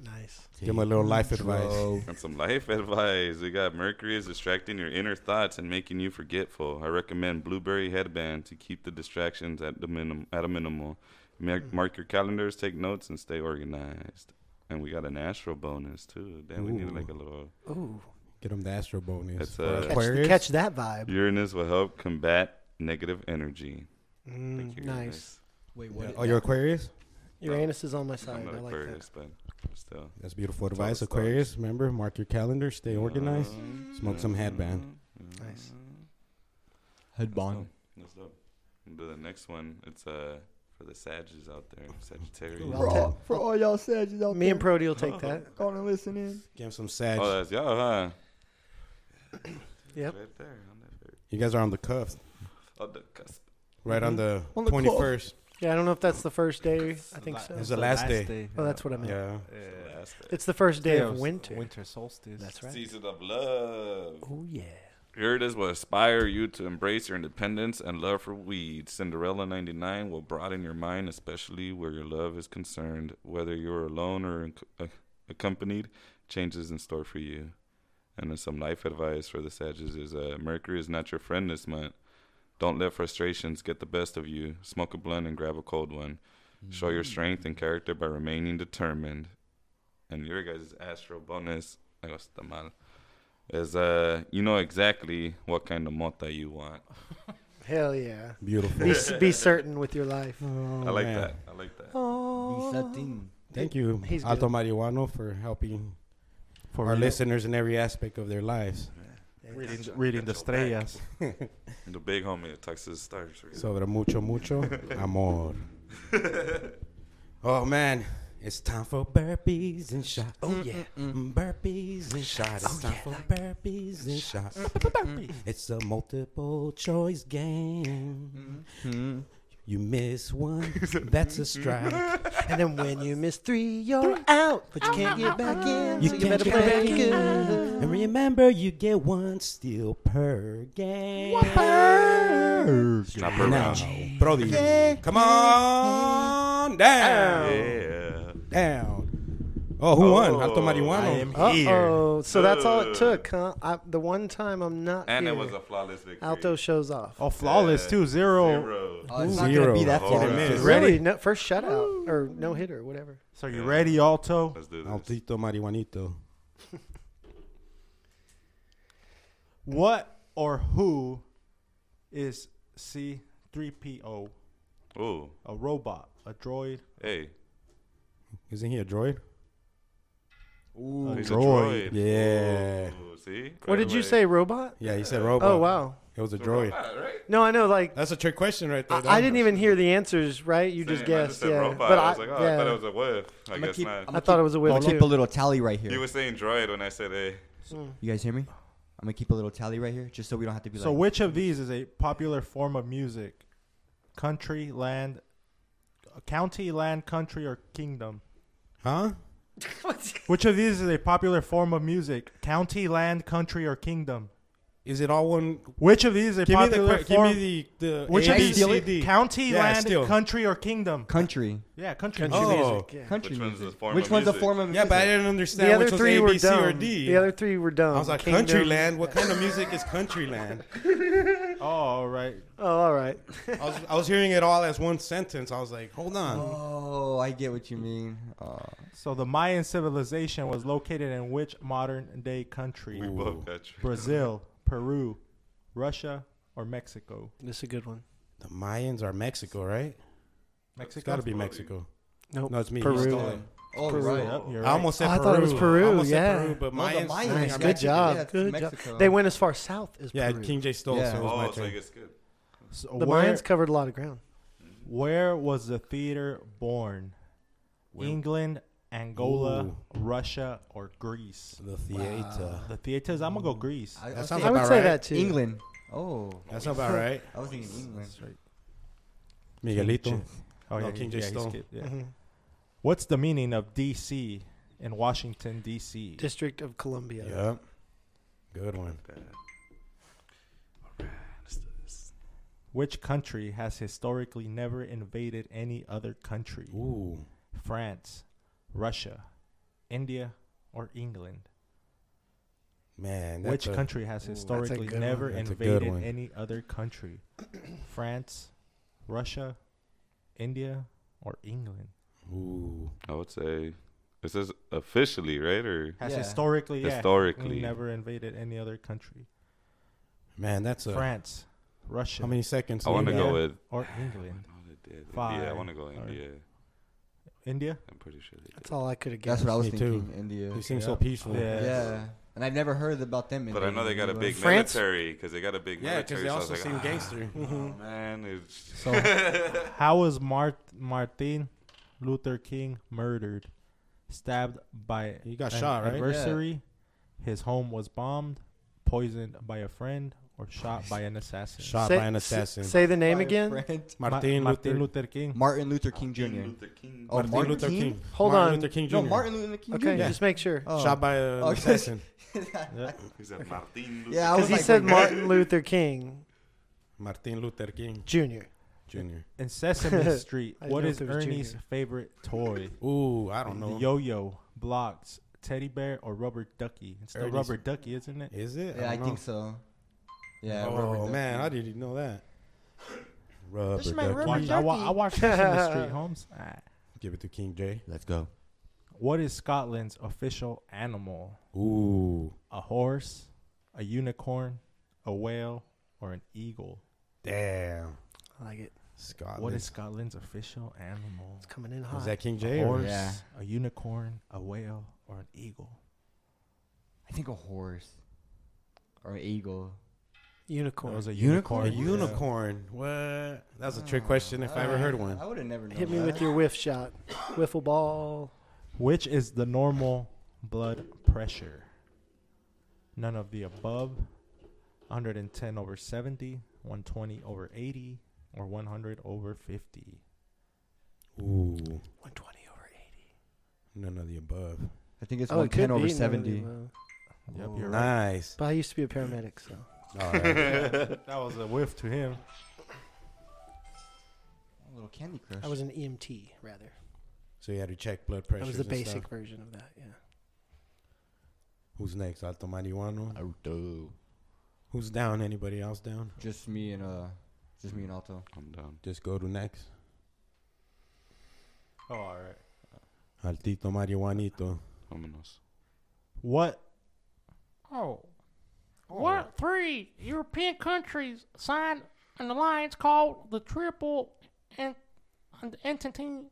Nice.
Give him a little life advice.
And some life advice. We got Mercury is distracting your inner thoughts and making you forgetful. I recommend Blueberry Headband to keep the distractions at the minim- at a minimal. Mar- Mark your calendars, take notes, and stay organized. And we got an astral bonus too. Then we need
Ooh.
like a little
Ooh,
Get him the astro bonus.
That's,
Or
uh,
catch,
Aquarius.
catch that vibe.
Uranus will help combat negative energy.
Mm,
Thank you,
nice.
Uranus.
wait
Oh,
Yeah. Oh, you're Aquarius?
Your anus is on my side.
I'm not
I like that.
Aquarius, but still.
That's beautiful
all
advice,
the stars.
Aquarius. Remember, mark your calendar, stay organized, smoke some headband.
Nice.
Headband.
dope. That's dope. We'll Do the next one. It's uh for the Sages out there, Sagittarius.
Ooh, For I'll- all-
for all y'all sages out
Me and Prody will take that.
going and listening.
Give him some sag.
Oh, that's y'all, huh?
Yep.
Right there on that very-
you guys are on the cuff,
on the cusp.
right on the
On the
twenty first.
Yeah, I don't know if that's the first day. I think so.
It's the last day.
Oh, that's what I meant.
Yeah,
Yeah.
Last day.
It's the first day
Yeah, it
of
was
winter.
Winter solstice.
That's right.
Season of love.
Oh yeah.
Here it is will inspire you to embrace your independence and love for weed. Cinderella 99 will broaden your mind, especially where your love is concerned. Whether you're alone or ac- ac- accompanied, changes in store for you. And then some life advice for the Sages is uh, Mercury is not your friend this month. Don't let frustrations get the best of you. Smoke a blunt and grab a cold one. Mm. Show
Mm.
your strength and character by remaining determined. And your guys' astro bonus. I go, está mal is uh you know exactly what kind of mota you want.
Hell yeah.
beautiful.
Be, s- be certain with your life.
Oh,
I like
man.
that. I like that.
Thank you,
He's
Alto
good.
Marihuano, for helping
For
our
real.
listeners in every aspect of their lives.
Reading, reading the estrellas.
The big homie that talks to the stars. right?
Sobre mucho, mucho amor. oh, man. It's time for burpees and shots. Oh,
Mm,
yeah. Burpees and shots.
Oh,
It's time for burpees and shots.
Mm,
It's a multiple choice game.
Mm-hmm.
You miss one, that's a strike.
And then when you miss three, you're out, but you can't get back in.
You
so you
can't
better
get
play
back in.
good.
And remember, you get one steal per game.
Snapper
Now,
round.
Brody, come on down.
Yeah.
down. Oh, who won? Alto
I
Marihuano.
am here.
Uh-oh. So that's all it took, huh? I, the one time I'm not
And
here,
it was a flawless victory.
Alto shows off.
Oh, flawless too. Zero.
Zero.
Oh, it's not
Zero.
gonna be that far.
Hold on.
Miss.
Really? No, first shutout or no hitter, whatever.
So you ready, Alto?
Let's do this.
Altito Marihuanito.
What or who is C3PO?
Ooh.
A robot, a droid,
Hey.
Isn't he a droid?
a
He's
droid.
a droid.
Yeah.
Ooh, see?
What did you say, robot?
Yeah, he said robot.
Oh wow.
It was a droid.
Robot, right?
No, I know. Like
That's a trick question right there.
I, I didn't even hear the answers. Right? You
Same.
just
I
guessed.
said
yeah.
robot.
But
I was like, oh, I
yeah.
thought it was a whiff. I
I'ma
guess
keep-
not.
I'ma
I thought
keep-
it was a whiff,
I'ma keep
too.
a little tally right here.
you were saying droid when I said hey.
Mm.
You guys hear me? I'm gonna keep a little tally right here, just so we don't have to be
So
like.
which of these is a popular form of music? Country, land, county, land, country, or kingdom?
Huh?
Which of these is a popular form of music? County, land, country, or kingdom?
Is it all one?
Which of these is a
Give me the
popular
que- give
form?
me the the
which
A,
of
B,
these?
C, D.
County,
Yeah,
land,
still.
country, or kingdom?
country?
Yeah, country.
Country
music.
music.
Yeah.
Country
Which one's
music.
the form
which
of
one's the
music?
form of music?
Yeah, but I didn't understand
The other
which was
three
A,
were
B, C,
dumb.
or D.
The other three were dumb.
I was like,
Kingdom-
Countryland. What kind of music is Countryland?
Oh, all right.
Oh, all right.
I was, I was hearing it all as one sentence. I was like, hold on.
Oh, I get what you mean. Oh.
So the Mayan civilization was located in which modern day country?
We both got you.
Brazil, Peru, Russia, or Mexico?
This is a good one.
The Mayans are Mexico, right? It's
Mexico.
got to be Mexico.
Nope.
No, it's me.
Peru.
You stole it.
Oh, right.
Yep, you're
I
right.
almost said
Oh, I
Peru.
thought it was Peru,
I almost
yeah.
said Peru, but
No, the
Mayans.
Mayans.
Mayans
Nice.
are
Good
Mexican.
job.
Yeah, it's
good
Mexico.
job. They went as far south as
Yeah,
Peru.
King J stole,
Yeah.
so it was my
Oh, so
turn.
you get skipped.
So
the
where-
Mayans covered a lot of ground.
Where was the theater born? England, Angola,
Ooh.
Russia, or Greece?
the theater.
The theaters. I'm gonna go Greece.
I, I
That
was
sounds
thinking
I would
about
say
right.
that too.
England. Oh,
That's about right.
I was thinking England.
Miguelito.
Oh
No,
yeah,
King
he-
J.
yeah, he
Stone.
skipped,
Mm-hmm.
yeah. What's the meaning of DC in Washington D.C.?
District of Columbia.
Yep. Good one.
Which country has historically never invaded any other country?
Ooh.
France, Russia, India, or England?
Man. that's
Which
a-
country has historically
good
never
one. That's a good
invaded
one.
any other country? France, Russia, India, or England?
Ooh.
I would say it says officially, right? Or
Has
Yeah.
historically, yeah,
Historically.
never invaded any other country.
Man, that's a.
France, Russia,
How many seconds?
I
do you
want to
got?
go with.
or England?
Oh, they did. India. I
Five.
want to go
All right.
India.
India.
I'm pretty sure they did.
That's all I could have
That's
guessed.
what I was
Me
thinking.
too.
India.
He seems so
Yeah.
peaceful.
Yeah.
Yeah, and I've never heard about them.
But I know they got a big
France?
military because they got a big
Yeah, because
military.
they
so I
also
was
seem
like,
gangster.
ah, man, it's
So, how was Mart- Martin Luther King murdered? Stabbed by
He got
an
shot, right?
adversary. His home was bombed, poisoned by a friend, or shot by an assassin.
Shot
Say-
by an
s-
assassin.
Say the name again.
Ma-
Martin,
Martin
Luther,
Luther King.
Martin Luther King Jr.
Luther King.
Oh,
Martin Luther King.
Hold
Martin
on.
Luther King Jr.
No, Martin Luther King Jr.
Okay, just make sure.
Oh.
Shot by uh, an
Okay.
assassin.
He said Martin Luther.
Yeah, I
Because
was
he
like,
said
wait,
Martin Luther King
Martin Luther King
Jr.
Jr.
In Sesame Street,
I
what
know
is
if it was
Ernie's
Junior.
favorite toy?
Ooh, I don't know.
Yo-yo, blocks, teddy bear, or rubber ducky? It's the
Ernie's-
rubber ducky, isn't it?
Is it?
Yeah, I
don't know.
think so. Yeah. rubber
Oh
ducky.
man, I didn't know that. Rubber
This man
ducky.
rubber-
Watch- I, wa- I watched this in the street, Holmes. Ah.
Give it to King J.
Let's go.
What is Scotland's official animal?
Ooh,
A horse, a unicorn, a whale, or an eagle?
damn.
I like it.
Scotland.
What is Scotland's official animal?
It's coming in
Is
hot.
that King
A
J? or-
horse,
Yeah.
a unicorn, a whale, or an eagle?
I think a horse or an eagle.
That
Unicorn.
was a
A
unicorn.
unicorn. What? That's a trick question if I ever heard one.
I would have never known.
Hit me with your whiff shot. Wiffle ball.
Which is the normal blood pressure? None of the above. 110 over 70, 120 over 80, or 100 over 50.
Ooh,
120 over 80.
none of the above.
I think it's
Oh, it could be
110 over
none of the
70.
above.
Yep, you're right.
nice.
But I used to be a paramedic, so.
All right.
That was a whiff to him.
A little Candy Crush.
I was an EMT, rather.
so you had to check blood pressure.
That was the basic version of that, yeah.
Who's next? Alto Marihuano.
Oh, dude.
Who's down? Anybody else down?
Just me and uh, just me and Alto.
I'm done.
Just go to next.
Oh, all right.
Altito Marihuanito.
Vámonos.
What?
Oh. What three European countries signed an alliance called the Triple En- Entente?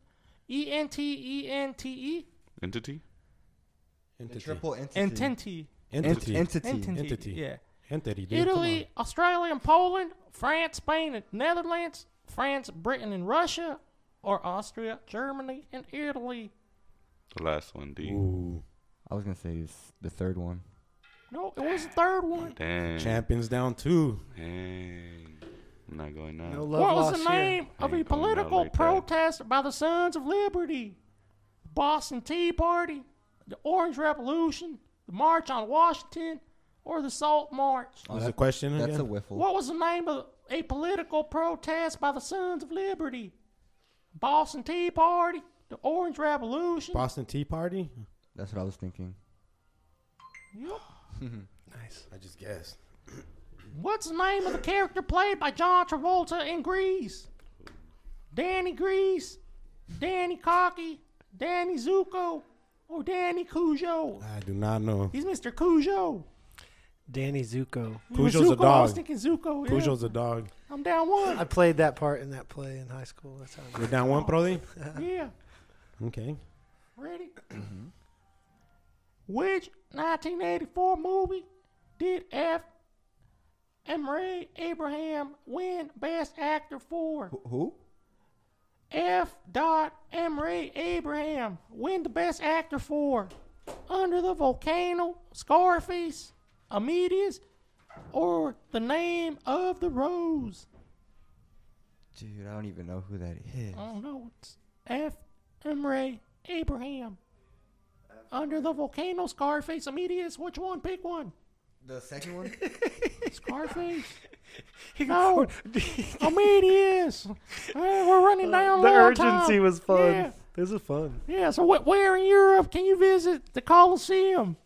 E N T E N T E?
Entity?
The
Entity.
triple entity.
Entente.
Entity.
Entity.
Entente.
Entity.
Yeah.
Entity. dude, come
Italy, Australia, and Poland, France, Spain, and Netherlands, France, Britain, and Russia, or Austria, Germany, and Italy.
The last one, D.
on. Ooh.
I was gonna say this, the third one.
No, it was the third one.
Dang.
Champions down too.
Dang. I'm not going out.
No love
What was
lost
the
here.
name of a
Ain't going out
political
like that.
protest by the Sons of Liberty? The Boston Tea Party, the Orange Revolution, the March on Washington, or the Salt March?
Oh,
What's the
that-
question
That's a
again?
wiffle.
What was the name of a political protest by the Sons of Liberty? Boston Tea Party, the Orange Revolution.
Boston Tea Party.
That's what I was thinking.
Yup.
Nice. I just guessed.
What's the name of the character played by John Travolta in Grease? Danny Grease, Danny Cocky, Danny Zuko, or Danny Cujo?
I do not know.
He's Mr. Cujo.
Danny Zuko.
He was
Cujo's a
Zuko, I was
dog.
thinking Zuko. Yeah.
Cujo's a dog.
I'm down one.
I played that part in that play in high school. That's how I
You're down one, Brody?
yeah.
Okay.
Ready? Which 1984 movie did F. and Ray Abraham win Best Actor for?
Wh- Who?
F. Dot M. Ray Abraham win the Best Actor for Under the Volcano, Scarface, Amadeus, or The Name of the Rose.
Dude, I don't even know who that is.
I don't know. It's F. M. Ray Abraham. Under the Volcano, Scarface, Amadeus. Which one? Pick one.
The second one?
Scarface. no. Amadeus. Hey, we're running down
Uh, The
low on
urgency
time.
was fun.
Yeah.
This is fun.
Yeah, so wh- where in Europe can you visit the Colosseum?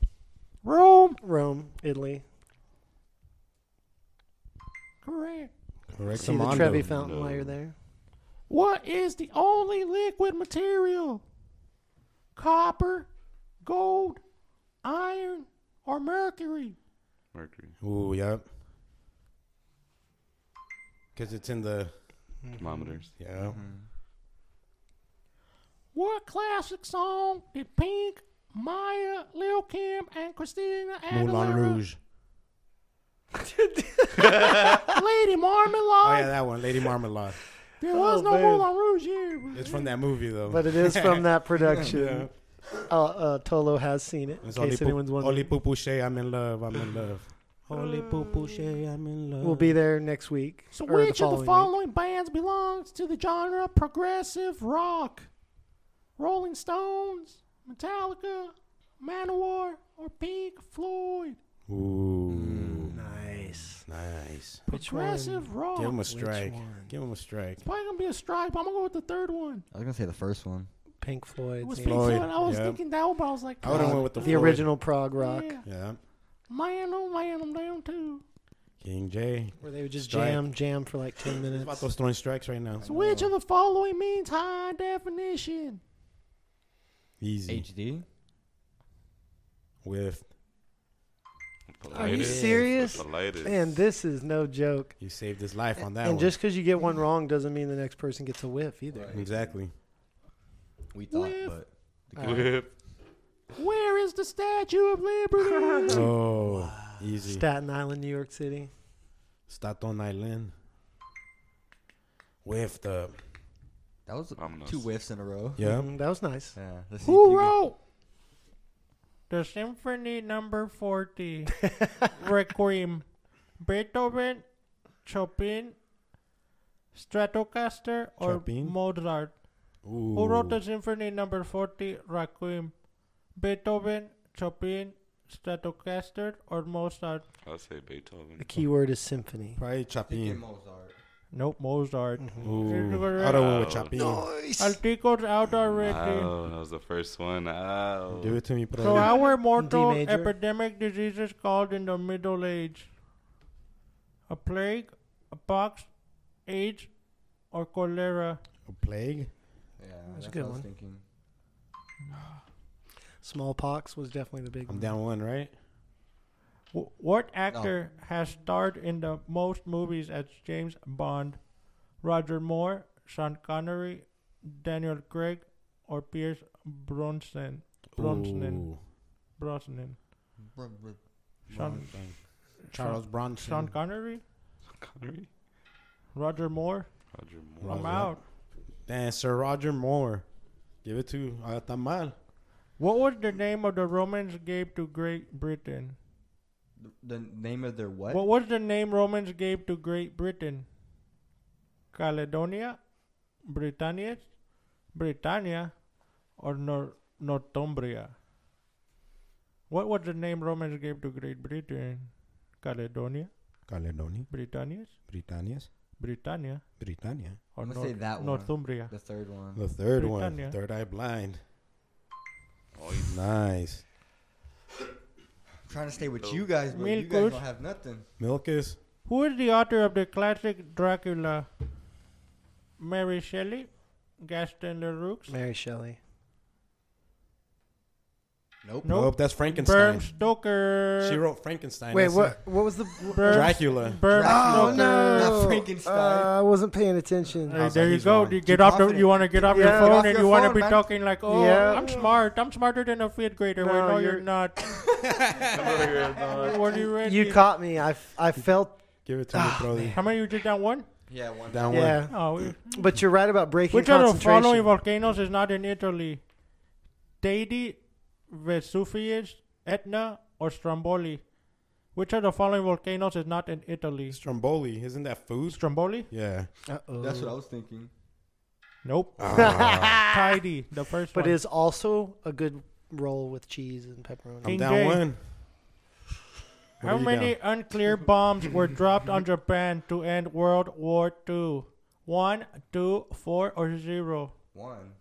Rome?
Rome, Italy.
Correct.
Correct
See the Trevi Fountain while you're there.
What is the only liquid material? Copper, gold, iron, or mercury?
Mercury.
Ooh, yep. Because it's in the.
Mm-hmm.
Thermometers.
Yeah.
What classic song did Pink, Maya, Lil Kim, and Christina
Moulin
Aguilera,
Rouge.
Lady
Oh
Marmalade?
yeah, that one, Lady Marmalade.
There was
Oh,
no
man.
Moulin Rouge here.
It's from that movie though.
But it is from that production. uh, uh, Tolo has seen it. In
It's
case
Oli
anyone's
Pu- Oli
wondering,
Pupuche, I'm in love. I'm in love. Oli Pupuche, I'm in love.
we'll be there next week.
So
or
which of the
following week.
following bands belongs to the genre progressive rock? Rolling Stones, Metallica, Manowar, or Pink Floyd?
Ooh,
Nice.
nice.
Progressive rock.
Give him a
It's
strike. Give him a strike.
probably gonna be a strike, but I'm gonna go with the third one.
I was gonna say the first one.
Pink Floyd.
It was
yeah.
Pink Floyd.
Floyd,
I was
yeah.
thinking that one, but I was like,
I would have went with the
the
Floyd.
original prog rock,
yeah.
Yeah,
man, oh man, I'm down too.
King J.
where they would just
Strike.
jam, jam for like ten
About
minutes.
those throwing strikes right now.
So which of the following means high definition?
Easy.
HD.
With
Are you
Politest, the
serious?
politest.
Man, this is no joke.
you saved his life on that
And
one.
just because you get one wrong doesn't mean the next person gets a whiff either.
exactly.
We thought,
Whiff.
but
Where is the Statue of Liberty?
Oh, easy.
Staten Island, New York City.
Staten Island. With the
that was
I'm not
two
s-
whiffs in a row.
yeah.
Mm, that was nice.
Yeah. let's see if
Who
you can-
wrote the Symphony Number Forty Requiem? Beethoven, Chopin, Stratocaster, or
Chopin?
Mozart?
Ooh.
Who wrote the Symphony Number Forty Requiem? Beethoven, Chopin, Stratocaster, or Mozart?
I'll say Beethoven.
The key word is symphony. Mm-hmm.
Probably
Picking
Chopin.
Mozart.
Nope, Mozart.
Ooh. I don't with Chopin.
Altico's out already.
Oh, that was the first one. Oh.
Give it to me,
So
bro.
our mortal
major.
epidemic diseases called in the Middle Age. A plague, a pox, AIDS, or cholera.
A plague.
Yeah, that's,
a
what
good
I was
one.
thinking.
Smallpox was definitely the big
I'm
one.
down one, right?
W- what actor has starred in the most movies as James Bond? Roger Moore, Sean Connery, Daniel Craig, or Pierce Bronson? Bronson.
Ooh.
Brosnan.
Br- br-
Sean,
Charles Bronson.
Sean Connery,
Connery?
Roger Moore.
Roger Moore.
Roger.
I'm out.
Damn, Sir Roger Moore. Give it to ah, Atamal.
What was the name of the Romans gave to Great Britain?
The name of their what?
What was the name Romans gave to Great Britain? Caledonia, Britannia, Britannia, or Nor- Northumbria? What was the name Romans gave to Great Britain? Caledonia,
Caledonia.
Britannia,
Britannias.
Britannia,
Britannia.
or
I'm gonna say
Nor-
that one.
Northumbria?
The third one.
The third
Britannia.
one. Third Eye Blind.
Oh, you-
Nice.
I'm trying to stay with you guys, but you
Milk
guys
good.
don't have nothing.
Milkus.
Who is the author of the classic Dracula? Mary Shelley, Gaston Leroux,
Mary Shelley.
Nope.
Nope.
Nope. that's Frankenstein.
Bram Stoker.
She wrote Frankenstein.
Wait,
that's
what? What was the?
Bram-
Dracula.
Bram
Oh
Stoker.
no!
Not Frankenstein.
Uh, I wasn't paying attention.
Hey,
was
there
like,
you
he's
go.
wrong.
You
Too
get off. The,
confident.
you want to get off your
Yeah. Get
phone,
off
and
your
you want to
phone,
be
man.
talking like, "Oh,
Yeah.
I'm smart. I'm smarter than a fifth grader." Well,
No,
no, you're,
you're- Uh,
not. What do you read?
you caught me. I, f- I felt.
Give it to me,
Ah,
brother.
How many you did that one?
Yeah, one.
Down
Yeah,
one.
Oh, we-
but you're right about breaking
which of the
concentration.
following volcanoes is not in Italy? Deidi, Vesuvius, Etna, or Stromboli? Which of the following volcanoes is not in Italy?
Stromboli. Isn't that food?
Stromboli?
Yeah.
Uh-oh.
That's what I was thinking.
Nope.
Ah.
Tidy, the first
Ah. But
one.
is also a good roll with cheese and pepperoni.
I'm
King
down
J.
one. What
How
are you
many
down?
unclear bombs were dropped on Japan to end World War II? One, two, four, or zero?
One.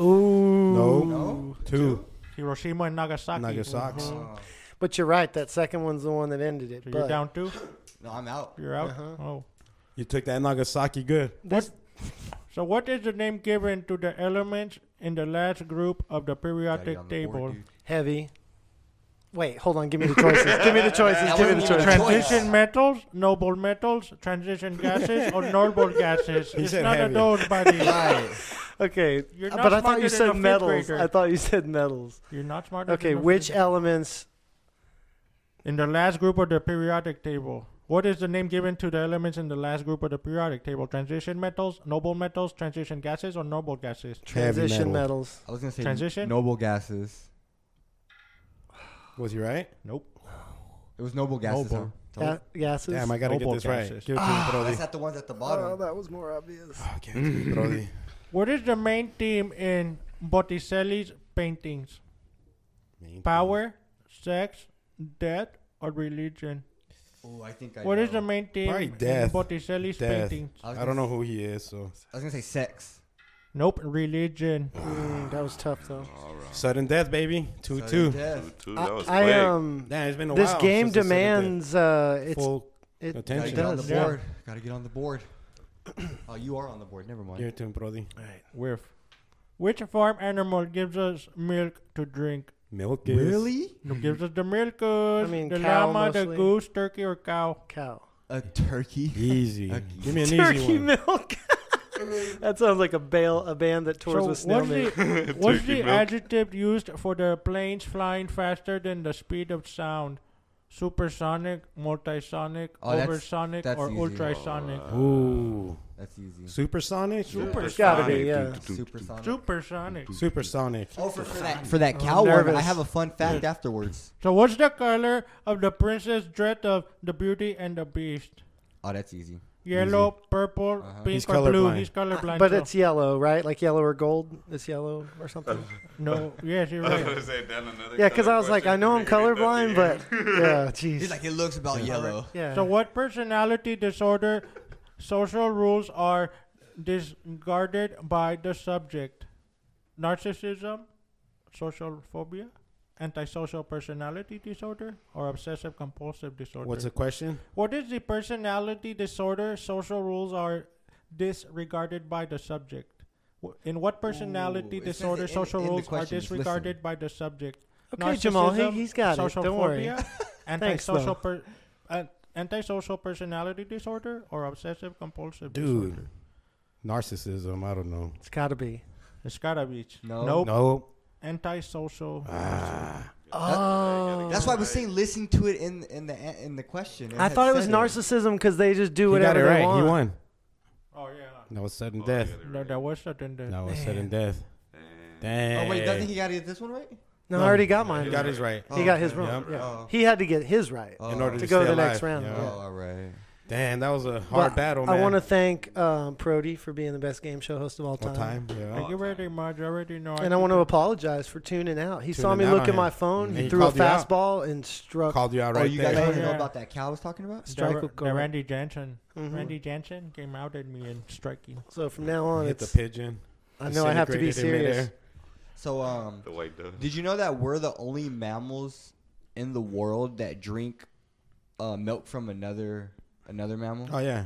Ooh.
No.
No?
Two.
Hiroshima and Nagasaki.
Nagasaki.
Mhm.
Oh.
But you're right. That second one's the one that ended it.
So
but
you're down two?
No, I'm out.
You're out?
Uh-huh.
Oh.
You took that Nagasaki good.
What, so, what is the name given to the elements in the last group of the
Gotta get
periodic
on the board,
table?
dude.
Heavy. Wait, hold on. Give me the choices. give me the choices.
That
Give me the
wasn't even a
choices.
choice.
Transition metals, noble metals, transition gases, or noble gases.
He
it's
said
none
heavy.
of those, buddy.
Okay,
You're not
but I thought
smarter
you
than a
said
fifth
metals.
grader.
I thought you said metals.
You're not smart.
Okay, which elements?
in the last group of the periodic table? What is the name given to the elements in the last group of the periodic table? Transition metals, noble metals, transition gases, or noble gases?
Transition metals.
I was gonna say
Transition?
noble gases.
Was he right?
Nope.
It was noble gases.
Noble.
Huh?
Ga- gases.
Damn, I gotta
Noble
get this
gases.
right. Give it to
Ah,
Oh,
me,
that's not the ones at the
oh,
bottom.
that was more obvious.
Brody. Give it to me, Brody.
What is the main theme in Botticelli's paintings?
Main
Power, sex, death, or religion?
Oh, I think I.
What
know.
is the main theme
Probably
in
death.
Botticelli's
Death.
paintings?
I was
I don't know who he is, so
I was gonna say sex.
Nope, religion.
Mm, that was tough though.
sudden death, baby. Two
Sudden
two.
death.
Two, that
I,
was
I
quick.
um.
Damn, it's been a
This
while
game
since I sudden death.
demands uh, it's
full
it,
attention.
Gotta
it
get on the
does.
yeah.
board. Gotta get on the board. Oh, you are on the board. Never mind.
Give it to him, Brody.
With
Which farm animal gives us milk to drink?
Milk is
Really?
Who gives us the milk goods?
I mean,
the
cow
llama, the
mostly.
goose, turkey, or cow?
Cow.
A turkey.
easy.
Okay.
Give me an easy
Turkey
one.
milk. that sounds like a bail a band that tours with
what's
Snailman.
the, what's
Turkey
the
milk.
adjective used for the planes flying faster than the speed of sound? Supersonic, multisonic,
Oh, that's-
oversonic,
that's
or
easy. Oh.
ultrasonic?
Ooh,
That's easy.
supersonic.
Super-
It's gotta be yeah.
Supersonic.
Supersonic.
Supersonic.
Oh, for, for that for that cow one, I
nervous.
have a fun fact afterwards.
So what's the color of the princess dread of the Beauty and the Beast?
Oh, that's easy.
Yellow, purple,
Uh-huh.
pink,
He's
or blue?
colorblind.
He's colorblind.
But
so-
it's yellow, right? Like yellow or gold. It's yellow or something.
no. Yes, you're
I was
right.
gonna say, damn, another
Yeah, because
color
I was like,
question
I know I'm
for me.
colorblind, but yeah, jeez.
He's like it looks about yellow.
yeah.
So what personality disorder social rules are discarded by the subject? Narcissism, social phobia, antisocial personality disorder, or obsessive compulsive disorder?
What's the question?
what is the personality disorder social rules are disregarded by the subject? Wh- In what personality
Ooh, it says
disorder
it in-
social
in the
rules are
questions,
disregarded
listen.
by the subject?
Okay, Jamal, he-
Narcissism,
he's got it.
social
Don't worry.
phobia, antisocial per, uh, antisocial personality disorder or obsessive compulsive
Dude,
disorder.
narcissism. I don't know.
It's got to be.
It's gotta be.
No.
Nope.
No.
Antisocial.
Uh, Ah.
Oh.
That's why I was saying listen to it in in the a- in the question.
I
had
thought it was
said
narcissism because they just do
He got
whatever
it
they
right.
want.
He won.
oh yeah.
That was sudden death.
No, that was something that.
That was sudden death.
Oh
Damn.
wait, doesn't he got to get this one right?
No, I already got mine.
He got his right.
He got his wrong.
Yep.
Yeah.
Oh.
He had to get his right.
Oh.
In order
To
to,
go to
stay
the next
alive,
round.
you
Oh,
know?
all right.
Damn, that was a hard
But
battle, man.
I want to thank um, Prody for being the best game show host of all time.
What time? Yeah.
Thank you very much. I already know.
And I want to apologize for tuning out. He saw
Tuning
me
out
look
on
at my
him.
phone.
And
He
he
threw a
called you out.
fastball and struck.
Called you out
Oh,
right
you
there.
guys want to know
Yeah.
about that cow I was talking about?
strike
the,
a
the
goal.
Randy Jansen.
Mhm.
Randy Jansen came out at me and striking.
So from now on,
Hit the
it's,
pigeon.
I know I have to be
Disintegrated in
serious.
midair.
So um,
The white dove.
did you know that we're the only mammals in the world that drink uh, milk from another another mammal?
Oh yeah.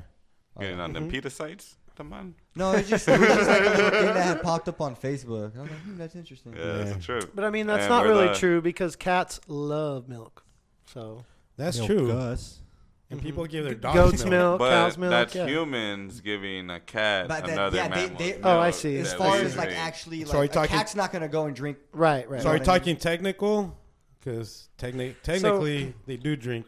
Getting on
Mm-hmm.
them pita sites? Come on.
No, it's just, it was just like a little thing that had popped up on Facebook. I was like, hmm, that's interesting.
Yeah, that's a trip.
But I mean, that's
And
not
we're
really
the-
true because cats love milk. So
That's
Milk
true.
Gus.
And people give their dogs
Mm-hmm. goat's
milk.
milk,
But
cow's milk.
that's
yeah.
humans giving a cat
But that-
another
yeah, they-
mammal.
they-
Oh, I see.
As
Yeah,
far
they
as like
drink.
actually, like
So are you
a
talking-
cat's not gonna go and drink.
Right, right.
So are you
Right.
talking technical? Because techni- technically, they do drink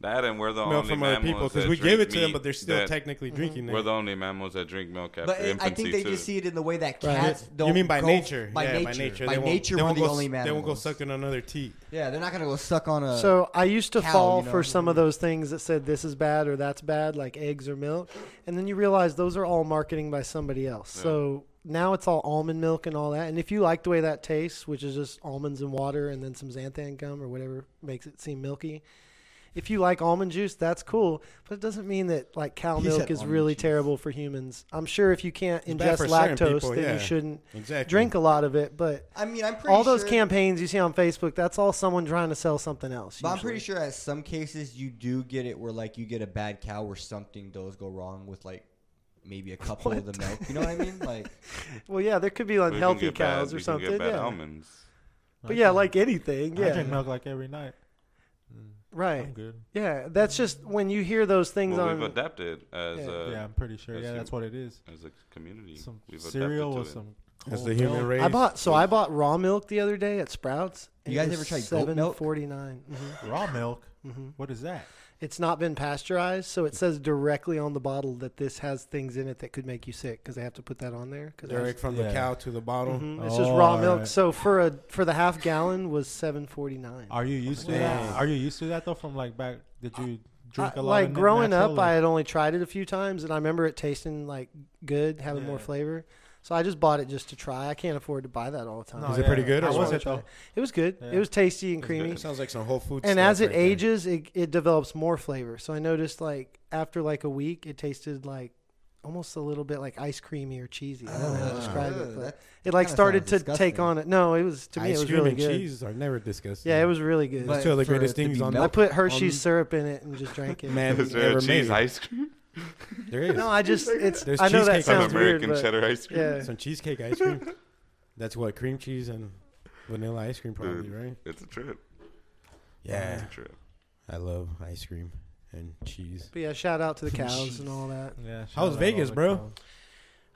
that, and we're the
milk
only
from other people.
mammals
Because
that
we give
drink
it to them,
meat
but they're still
that-
technically
Mm-hmm.
drinking
We're
it.
the only mammals that drink milk after
But it,
infancy
I think they
too.
just see it in the way that
Right.
cats don't.
you mean by
go-
nature?
By
yeah,
nature.
by nature.
By
They won't-
nature,
they
we're
won't
the
go, s-
only mammals.
They won't go sucking another teat.
Yeah, they're not gonna go suck on a.
So I used to
Uh, cow,
fall
you know,
for some
who-
of those things that said this is bad or that's bad, like eggs or milk, and then you realize those are all marketing by somebody else. So now it's all almond milk and all that. And if you like the way that tastes, which is just almonds and water and then some xanthan gum or whatever makes it seem milky, if you like almond juice, that's cool. But it doesn't mean that like cow
He
milk
said
is
almond
really
juice.
terrible for humans. I'm sure if you can't
It's bad
ingest
for certain
lactose,
people,
then
yeah.
you shouldn't
Exactly.
drink a lot of it. But
I mean, I'm pretty
all those
sure,
campaigns you see on Facebook, that's all someone trying to sell something else.
But I'm
usually.
pretty sure at some cases you do get it where like you get a bad cow where something does go wrong with like maybe a couple of the milk. You know what I mean? Like
Well, yeah, there could be
We can
unhealthy
get bad-
cows
we
or
can get
something.
bad
yeah.
almonds.
But yeah, like anything,
I
yeah,
drink milk like every night. I'm
right.
good.
Yeah, that's just when you hear those things
Well, we've
on.
adapted as
Yeah.
a
yeah, I'm pretty sure.
Uh, that's
Yeah,
you.
that's what it is.
as a community.
Some
we've
cereal with
adapted to it.
some.
That's
cold
the human
milk.
race.
I bought so I bought raw milk the other day at Sprouts.
You guys ever tried goat
seven
milk?
forty nine?
Raw milk. What is that?
It's not been pasteurized, so it says directly on the bottle that this has things in it that could make you sick because they have to put that on there. Cause
Direct from the
Yeah.
cow to the bottle.
Mhm, It's just
Oh,
raw
all
milk.
right.
So for a for the half gallon was seven forty nine.
Are you used to that? Are you used to that though? From like back, did you drink a lot?
like
of
growing up,
natural
I
or-
had only tried it a few times, and I remember it tasting like good, having more
Yeah.
flavor. So I just bought it just to try. I can't afford to buy that all the time.
No,
Is it pretty good
I
or
was
what?
it though?
It was good.
Yeah.
It was tasty and creamy.
It sounds like some Whole Foods.
and
stuff
as it
right there.
ages it, it develops more flavor so i noticed like after like a week it tasted like almost a little bit like ice creamy or cheesy i don't know how to describe it
Ugh,
but
that
it like
kinda
started to
sounds
take
disgusting.
on it no it was to me
ice
it was
cream
really
and
good
cheese are never disgusting.
yeah it was really good
But
two of the
for it
greatest
to
things
be
on
i
that
milk-
put hershey's
Um,
syrup in it and just drank it
man
Is there
ever
a cheese
made.
ice cream?
There is
no i just it,
There's
i know that
cheesecake on
sounds weird
American
but
cheddar ice cream.
yeah
some cheesecake ice cream. That's what cream cheese and vanilla ice cream, probably
Dude.
right?
It's a trip.
Yeah,
It's a trip.
I love ice cream and cheese.
but yeah shout out to the cows and all that
Yeah.
How was
shout out
Vegas,
all the
bro?
cows.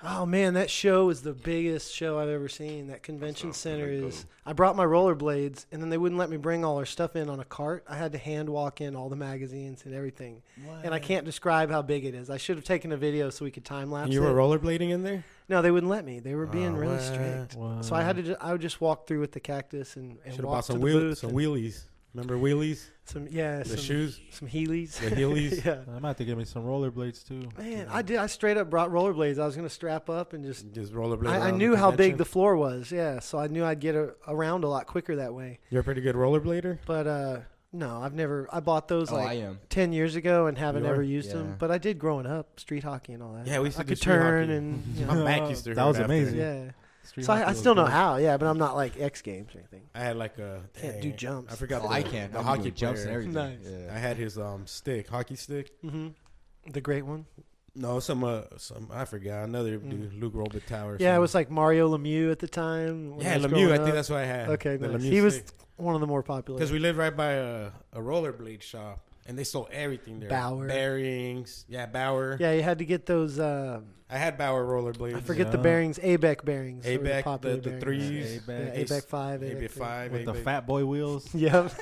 Oh man, that show is the biggest show I've ever seen. That convention
That's not
center
really
is.
cool.
I brought my rollerblades, and then they wouldn't let me bring all our stuff in on a cart. I had to hand walk in all the magazines and everything. And I can't describe how big it is. I should have taken a video so we could time lapse.
And you were
it.
rollerblading in there?
no, they wouldn't let me. They were being
Oh,
really
what?
strict. So I had to. Ju- I would just walk through with the cactus and,
Should
and
have
walk
bought
to
some
the
wheel,
booth
some
and
wheelies. Remember wheelies?
some yeah,
The
some,
shoes,
some heelys,
the heelys.
yeah.
I might have to give me some rollerblades too.
Man, I did. I straight up brought rollerblades. I was gonna strap up and just
Just rollerblade.
I, I
around
knew how big
convention.
the floor was, yeah. So I knew I'd get a, around a lot quicker that way.
You're a pretty good rollerblader.
But uh, no, I've never. I bought those
Oh, I
like
am.
ten years ago and haven't
You are?
ever used them.
Yeah.
But I did growing up, street hockey and all that.
Yeah, we used to
I
do
could
street
turn
hockey.
and you
My
know,
back used to
That
hurt
was
after.
amazing.
yeah.
Street
So I,
hockey
I
was
still know
good.
how, yeah. But I'm not like X Games or anything.
I had like a
Can't
dang,
do jumps.
I forgot.
Oh,
the,
I can't.
The
I'm
hockey
doing jumps and
player.
Nice.
everything. Yeah.
I had his um stick, hockey stick.
Mm-hmm. The great one.
No, some uh, some I forgot another
Mm.
dude, Luke Robitaille. or
Yeah, it
something.
was like Mario Lemieux at the time. when
yeah
was
Lemieux.
growing
I think
up.
that's what I had.
okay.
the
Nice.
Lemieux
He was
stick.
one of the more popular.
Because we lived right by a, a rollerblade shop, and they sold everything there.
Bauer.
bearings, yeah, Bauer.
yeah, you had to get those. Uh,
I had Bauer rollerblades.
I forget the
Yeah.
bearings. ABEC bearings. were
ABEC,
popular
the- the
bearings.
threes.
Yeah,
Yeah,
A-back.
Ace-
ABEC five.
maybe
ABEC three.
five
with the
ABEC.
fat boy wheels.
Yep.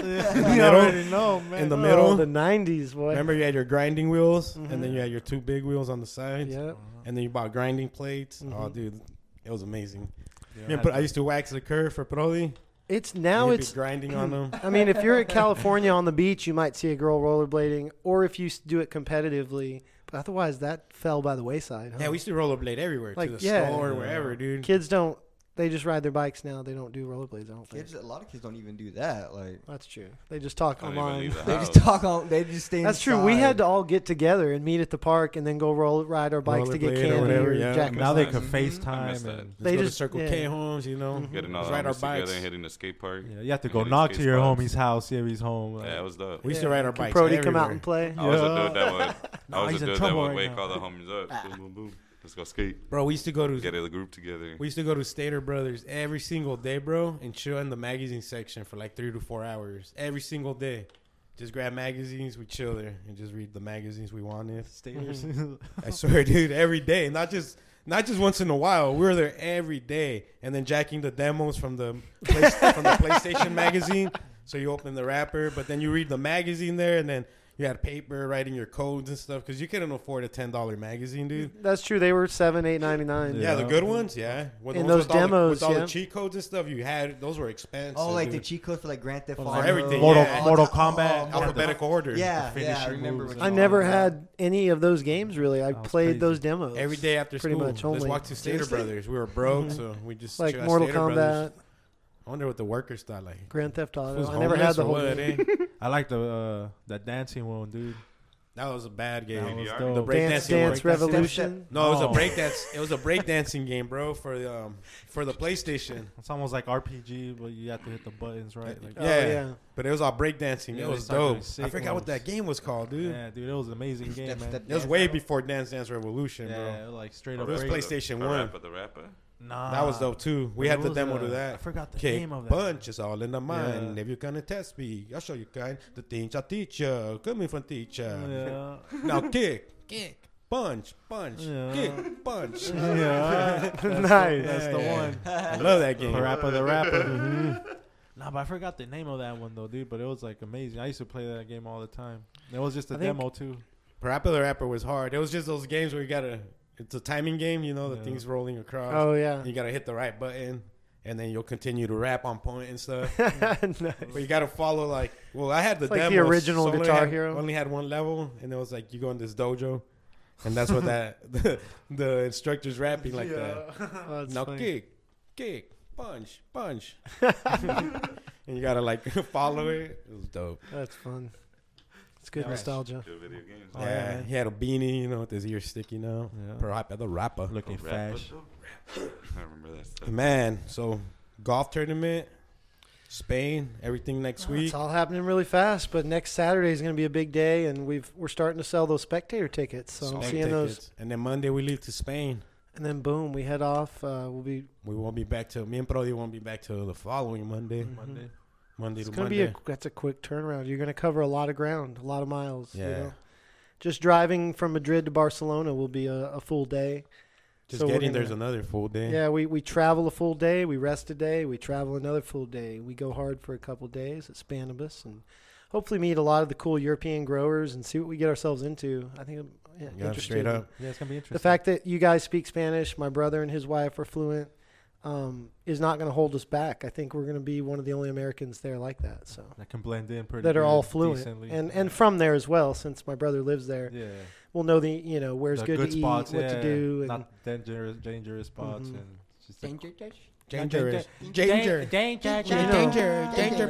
you
middle.
already know, man.
in the
Oh,
middle.
the nineties, boy.
Remember, you had your grinding wheels,
Mhm.
and then you had your two big wheels on the sides,
Yep.
and then you bought grinding plates. Oh,
Mhm.
dude, it was amazing.
Yeah,
Man,
I
but I
had
used to wax the curve for Prodi.
It's now
You'd
it's.
be grinding on them.
I mean, if you're in California on the beach, you might see a girl rollerblading, or if you s- do it competitively. But otherwise, that fell by the wayside. Huh?
Yeah, we used to rollerblade everywhere to
Like,
the
yeah.
store, wherever, dude.
kids don't. They just ride their bikes now. They don't do rollerblades. I don't think
Kids, a lot of kids don't even do that. Like
that's true. They just talk
I don't even
online.
leave the
they just
house.
talk on. They just stay.
That's true. We had to all get together and meet at the park, and then go roll ride our bikes to get
Rollerblade or
candy or,
whatever, yeah.
Jack.
Now they could
Mhm. I miss
FaceTime
that.
and
Let's
They
go
just-
to Circle
yeah.
K homes, you know.
Getting all
Let's
our
ride our
homies
bikes.
together and hitting the skate park.
Yeah, you have to
and
go
hitting
knock
skate
to your
spots.
homie's house, see if he's home. Like,
Yeah, it was dope.
We used to ride our bikes.
Brody come
everywhere.
out and play.
I was
Yeah.
a dude that would.
No,
I was
he's
a
in
dude that
trouble
would
right
wake
now.
all the homies up. Boom, boom, boom. Let's go skate.
Bro, we used to go to
Get a group together.
we used to go to Stater Brothers every single day, bro, and chill in the magazine section for like three to four hours every single day. Just grab magazines, we chill there, and just read the magazines we wanted.
Staters.
Mm-hmm.
I swear, dude, every day, not just not just once in a while. We were there every day, and then jacking the demos from the play, from the PlayStation magazine. So you open the wrapper, but then you read the magazine there, and then you had paper writing your codes and stuff because you couldn't afford a ten dollar magazine, dude.
That's true. They were seven, eight, ninety nine.
Yeah, the
Yeah.
good ones, yeah. With
And
the ones with
those
all the-
demos,
with all
yeah.
the cheat codes and stuff you had, those were expensive.
Oh, like the
dude.
cheat code for like Grand Theft
For
Auto.
everything,
Mortal,
yeah.
Mortal
Oh,
Kombat.
Mortal
alphabetical order.
Yeah,
The
yeah. I
finishing
remember.
moves
what
and
you
I
all
never
were talking about.
had any of those games really. I
That was
played
crazy.
those demos
Every day after
Pretty
school,
much
let's
only. Mm-hmm.
walk to Stater
Seriously?
Brothers. We were broke, so we just
like
chill at
Mortal
Stater
Kombat,
Brothers. I wonder what the workers thought. Like,
Grand Theft
who's
Auto. I never
homeless
had the
or
whole.
what,
game.
eh?
I like the uh, the dancing one, dude.
That was a bad
That
game.
was
DDR?
dope.
The break-
Dance
breakdancing
Dance
one.
Revolution.
No, it was
Oh.
a breakdance. It was a breakdancing game, bro, for the um, for the PlayStation.
It's almost like RPG, but you have to hit the buttons right. Like,
Yeah,
Oh, yeah.
but it was all breakdancing.
Yeah,
it
they
was
started doing
dope. I
sick
forgot
ones.
what that game was called, dude.
yeah, dude, it was an amazing game,
Step,
man.
step,
It was
dance.
way before Dance Dance Revolution,
Yeah,
bro.
like straight
A
up.
It was
break-
Oh, PlayStation
a
One.
Rapper, the rapper.
Nah,
That was dope too. We
It
had the
was,
demo
uh,
to that.
I forgot the
Kick
name of that.
Punch is all in the mind.
Yeah.
If you can test me, I'll show you kind. The things I teach you, coming from teacher.
Yeah,
now kick, kick, punch, punch,
Yeah.
kick, punch.
Oh,
yeah. That's the-
Nice.
that's the
Yeah.
one.
I love that game.
Parappa the rapper. Nah, but I forgot the name of that one though, dude. But it was like amazing. I used to play that game all the time. It was just a
I think-
demo too.
Parappa the rapper was hard. It was just those games where you gotta. It's a timing game, you know. The
Yeah.
things rolling across.
Oh yeah.
You gotta hit the right button, and then you'll continue to rap on point and stuff.
nice.
But you gotta follow like well, I had the
It's like the
demo,
original
only
Guitar
had-
Hero.
Only had one level, and it was like you go in this dojo, and that's what that the, the instructor's rapping like that.
Oh, that's
Now
funny.
kick, kick, punch, punch, and you gotta like follow it. It was dope.
That's fun. It's good
Yeah.
nostalgia.
Good video games.
Oh, yeah,
yeah,
man.
he had a beanie, you know, with his ears sticking out.
Yeah.
Perhaps the rapper.
Looking
Rap,
fast.
I remember that stuff.
Man, so golf tournament, Spain, everything next
Oh,
week.
It's all happening really fast, but next Saturday is going to be a big day, and we've we're starting to sell those spectator tickets. So I'm
Spain
seeing those,
tickets. And then Monday we leave to Spain.
and then boom, we head off. Uh, we'll be.
We won't be back till me and Brody won't be back till the following Monday.
Monday.
Monday
Mm-hmm. It's
to
going to
Monday.
be a that's a quick turnaround. You're going to cover a lot of ground, a lot of miles. You
Yeah.
know? Just driving from Madrid to Barcelona will be a, a full day.
Just
so we're
getting there's
gonna-
another full day.
Yeah, we, we travel a full day, we rest a day, we travel another full day. We go hard for a couple days at Spanibus and hopefully meet a lot of the cool European growers and see what we get ourselves into. I think I'm yeah,
Yeah,
interested.
straight up.
Yeah, it's gonna be interesting.
The fact that you guys speak Spanish, my brother and his wife are fluent, um, is not going to hold us back. I think we're going to be one of the only Americans there like that. So
that can blend in pretty.
that are
good,
all fluent
decently.
and and from there as well. Since my brother lives there,
yeah,
we'll know the you know where's
The
good, to
spots,
eat, what
yeah,
to do, and
not dangerous, dangerous spots,
Mhm.
and just the-
Dangerous.
Danger.
Danger.
Danger.
You know,
Danger.
danger,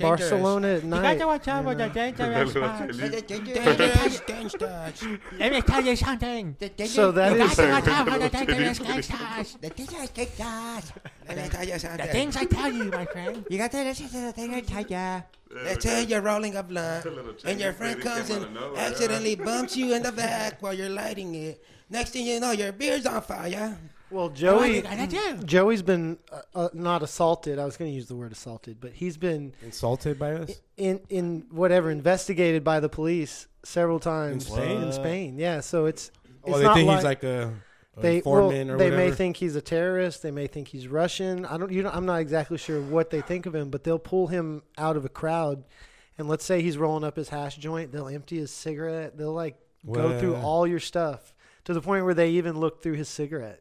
Barcelona at
You got
night.
to watch out for
you know.
the dangerous spots.
Danger.
Let me tell you something.
So that
You got
is
to watch out for the dangerous gangsters. The things I tell you, my friend.
You got to listen to the thing I tell ya.
Let's
say you're rolling a blunt,
little and your Chinese friend lady comes came out and of nowhere, accidentally
bumps you in the back while you're lighting it. Next thing you know, your beer's on fire.
well,
What are
Joey.
you gonna do?
Joey's been uh, uh, not assaulted. I was going to use the word assaulted, but he's been
Insulted by us?
in in whatever investigated by the police several times
In Spain?
In Spain, yeah. So it's it's
Oh, they
not
think
like,
he's like a, a
they well,
informant or
they
whatever.
may think he's a terrorist. They may think he's Russian. I don't. You know, I'm not exactly sure what they think of him, but they'll pull him out of a crowd, and let's say he's rolling up his hash joint. They'll empty his cigarette. They'll like go through
Wow.
all your stuff to the point where they even look through his cigarette.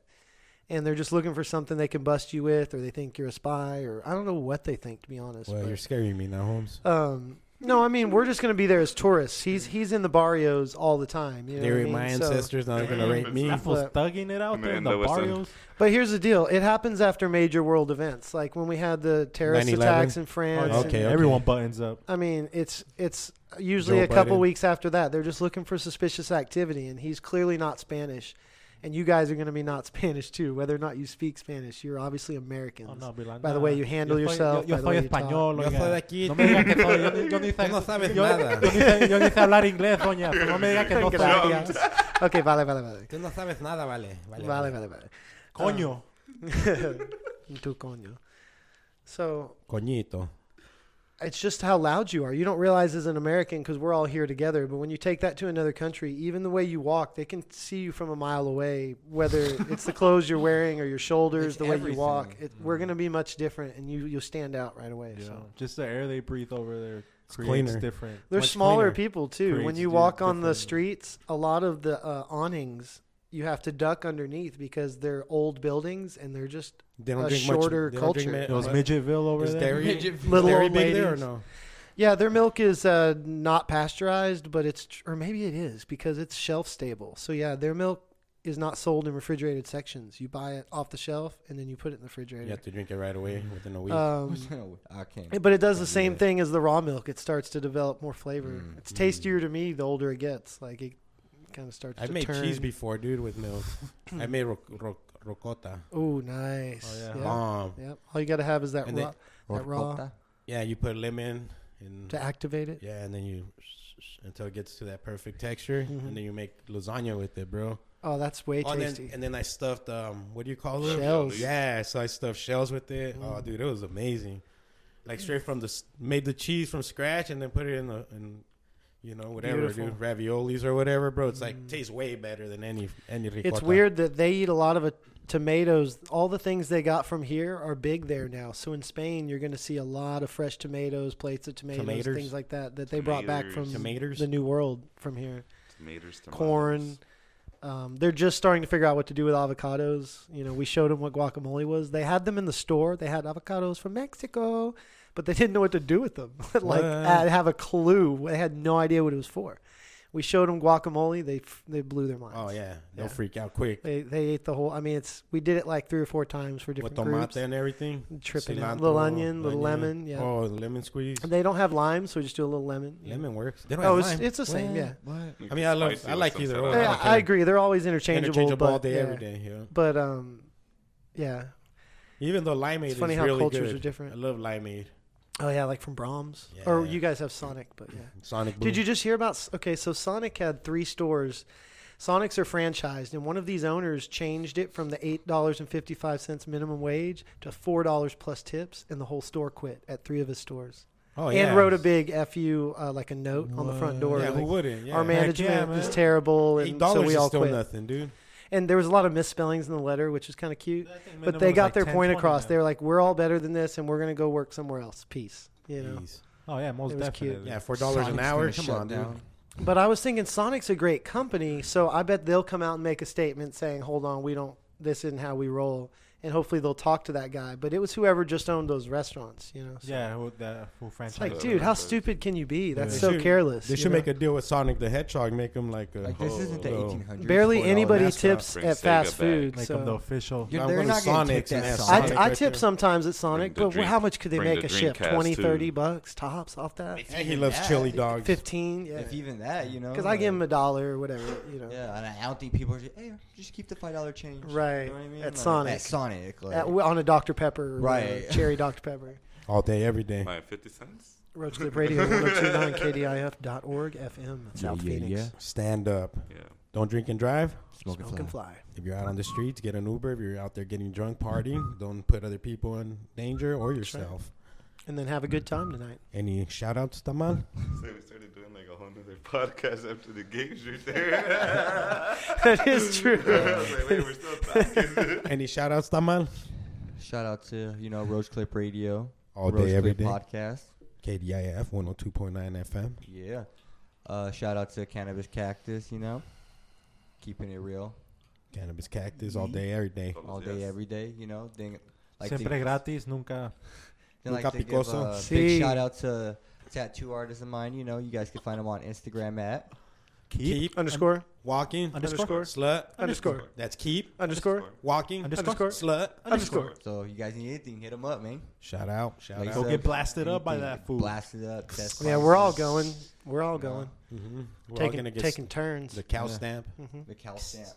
And they're just looking for something they can bust you with, or they think you're a spy, or I don't know what they think, to be honest.
well,
but-
you're scaring me now, Holmes.
um, no, I mean we're just gonna be there as tourists. He's he's in the barrios all the time. You know
They
what I
were
mean?
Mm-hmm. my
So-
ancestors, now they're going to rape me.
That fool's
But-
thugging it out
And
there
then
in the
there was some-
barrios.
but here's the deal: it happens after major world events, like when we had the terrorist
9/11?
attacks in France.
Okay,
and-
okay.
everyone Oh, buttons up.
I mean, it's it's usually
Joe
a couple
Biden.
weeks after that. They're just looking for suspicious activity, and he's clearly not Spanish. And you guys are going to be not Spanish too, whether or not you speak Spanish. You're obviously Americans.
Oh, no, be like,
By the
nah,
way you handle
yo soy- Yo,
yourself,
yo
by the way
soy
you talk.
español.
Yo
oiga.
soy de aquí.
No me digas que soy. Yo, yo ni sé.
Tú no sabes
yo,
nada.
Yo ni sé, yo ni sé hablar inglés, doña. No me digas que no soy.
Gracias. okay, vale, vale, vale,
Tú no sabes nada, vale.
vale, vale, vale.
Coño.
Tu coño. So
Coñito.
it's just how loud you are. You don't realize as an American because we're all here together. But when you take that to another country, even the way you walk, they can see you from a mile away. Whether it's the clothes you're wearing or your shoulders,
It's
the way you walk,
everything.
it, we're going to be much different, and you you'll stand out right away.
Yeah.
So
Just the air they breathe over there creates
cleaner.
different.
they're
Much
smaller
cleaner.
people too. when
Creates
you
di-
walk on the
different-
streets, a lot of the uh, awnings you have to duck underneath because they're old buildings and they're just
They don't
A
drink
shorter
much. They don't drink
culture.
ma-
It was
what-
Midgetville over
Is
there.
dairy, is
Little
dairy
old
big there or
ladies.
no?
Yeah, their milk is uh, not pasteurized, but it's or maybe it is because it's shelf stable. So yeah, their milk is not sold in refrigerated sections. You buy it off the shelf and then you put it in the
You have
refrigerator.
to drink it right away within a week.
Um,
I can't.
it- but it does the
Yeah.
same thing as the raw milk. It starts to develop more flavor.
Mm.
It's tastier to me the older it gets. Like it kind of starts
I've
to
made
turn.
cheese before, dude, with milk. I made ro- ro- rocota.
Oh, nice.
Oh,
yeah.
yeah.
Um,
Yep. All you got to have is that
And
raw, that raw
yeah, you put lemon and
to activate it.
yeah, and then you until it gets to that perfect texture,
Mhm.
and then you make lasagna with it, bro.
Oh, that's way
Oh, and
tasty.
then, and then I stuffed um, what do you call it?
Shells. Mm.
Yeah, so I stuffed shells with it. Oh, dude, it was amazing. Like straight from the s- made the cheese from scratch and then put it in the in, you know whatever,
Beautiful. Mm.
dude, raviolis or whatever, bro. It's like tastes way better than any any ricotta.
it's weird that they eat a lot of uh tomatoes. All the things they got from here are big there now. So in Spain, you're going to see a lot of fresh tomatoes, plates of tomatoes,
Tomatoes.
things like that that they brought back from
Tomatoes.
the New World from here.
Tomatoes, tomatoes.
Corn. Um, they're just starting to figure out what to do with avocados. You know, we showed them what guacamole was. They had them in the store. They had avocados from Mexico, but they didn't know what to do with them. like,
What?
I have a clue. They had no idea what it was for. We showed them guacamole. They f- they blew their minds.
Oh yeah, they'll
Yeah.
freak out quick
They they ate the whole. I mean, it's we did it like three or four times for
with
different
tomate
groups.
and everything.
Tripping out. Little onion, little lemon, yeah.
Oh, lemon squeeze.
They don't have lime, so we just do a little lemon.
Lemon works. They don't
Oh,
have
it's,
lime.
it's the same. Yeah.
What?
You
I
can
mean, I love-
spice it
I
with
like
some
either
sort of
or.
Yeah,
like-
okay.
I agree. They're always interchangeable.
interchangeable all
but,
day,
yeah.
every day. Yeah.
But um, yeah.
Even though limeade
funny
is
how
really
cultures
good.
are different.
I love limeade.
Oh yeah, like from Brahms. Or
Yeah.
you guys have Sonic, but yeah.
Sonic. Boom.
Did you just hear about? Okay, so Sonic had three stores. Sonics are franchised, and one of these owners changed it from the eight dollars and fifty five cents minimum wage to four dollars plus tips, and the whole store quit at three of his stores.
Oh,
and wrote a big "fu" uh, like a note on the front door.
Yeah, who
like,
wouldn't? Yeah.
Our
Heck yeah,
management
man.
is terrible,
Eight
and so
dollars
we
is
all
still
quit.
nothing, dude.
And there was a lot of misspellings in the letter, which was kind of cute.
I think minimum
But they
was
got
like
their
10,
point
20
across.
now.
They were like, "We're all better than this, and we're gonna go work somewhere else. Peace." You know.
Jeez.
Oh yeah, most
It was cute.
definitely.
Yeah, four dollars an
Sonic's
hour.
gonna
Come
shut
on, dude.
down.
But I was thinking Sonic's a great company, so I bet they'll come out and make a statement saying, "Hold on, we don't. This isn't how we roll." And hopefully they'll talk to that guy. But it was whoever just owned those restaurants, you know. So
Yeah, who, the who franchise?
It's like,
Yeah.
dude, how stupid can you be? That's
They
so
should-
careless.
They
you
should
know?
make a deal with Sonic the Hedgehog. Make him like a.
Like this
Oh,
isn't the
oh.
1800s.
barely
$4
anybody
mascot.
tips
Bring
at
Sega
fast
back.
food.
Make
so.
them the official.
You're-
I'm
They're
going
not gonna
Sonic's
take
and
that
ask
Sonic.
I,
Sonic
I
right
tip
there.
sometimes at Sonic,
the
but
drink-
how much could they
bring
make
the
a shift?
Dreamcast,
20,
too.
30 bucks tops off that?
And he loves chili dogs.
15, yeah.
If even that, you know.
Because I give him a
like-
dollar or whatever, you know.
Yeah, and I don't think people are just, hey, just keep the five dollar change.
Right,
You know what I mean?
at
Like,
Sonic.
At Sonic. Like,
At- Uh, on a Dr. Pepper, or
Right.
whatever, cherry Dr. Pepper.
All day, every day.
Like 50 cents?
Roach Clip Radio, 1029kdif.org, FM, South Phoenix.
Stand up.
Yeah.
Don't drink and drive.
Smoking
Smoke and fly.
If you're out on the streets, get an Uber. If you're out there getting drunk, partying, don't put other people in danger or yourself.
And then have a good time tonight.
Any shout outs, Taman?
So we started doing like a whole nother podcast after the games right there.
that is
I
true.
was like, wait, we're still talking.
Any shout outs, Taman?
Shout out to you know Roach Clip Radio.
All
Roach
day, every
Clip
day.
Podcast.
KDIF 102.9 FM.
Yeah. Uh, shout out to Cannabis Cactus. You know, keeping it real
Cannabis cactus all day, every day.
all day, every day. You know, thing. Like
Siempre
to,
gratis, nunca.
then like
Nunca
to give
picoso.
a
Sí.
big shout out to tattoo artists of mine. You know, you guys can find them on Instagram at
Keep
Underscore,
walking.
Underscore.
Slut.
Underscore.
That's keep
underscore,
walking.
Underscore.
Slut.
underscore.
So you guys need anything, hit them up, man.
Shout out. Shout
Like
out.
Go
so
get blasted up by
anything,
that food.
Blasted up. Test
Yeah, we're all
boxes,
going. We're all going.
Mhm. We're all
Taking,
gonna get
taking turns. Mm-hmm.
the cow
Yeah.
stamp.
The cal stamp.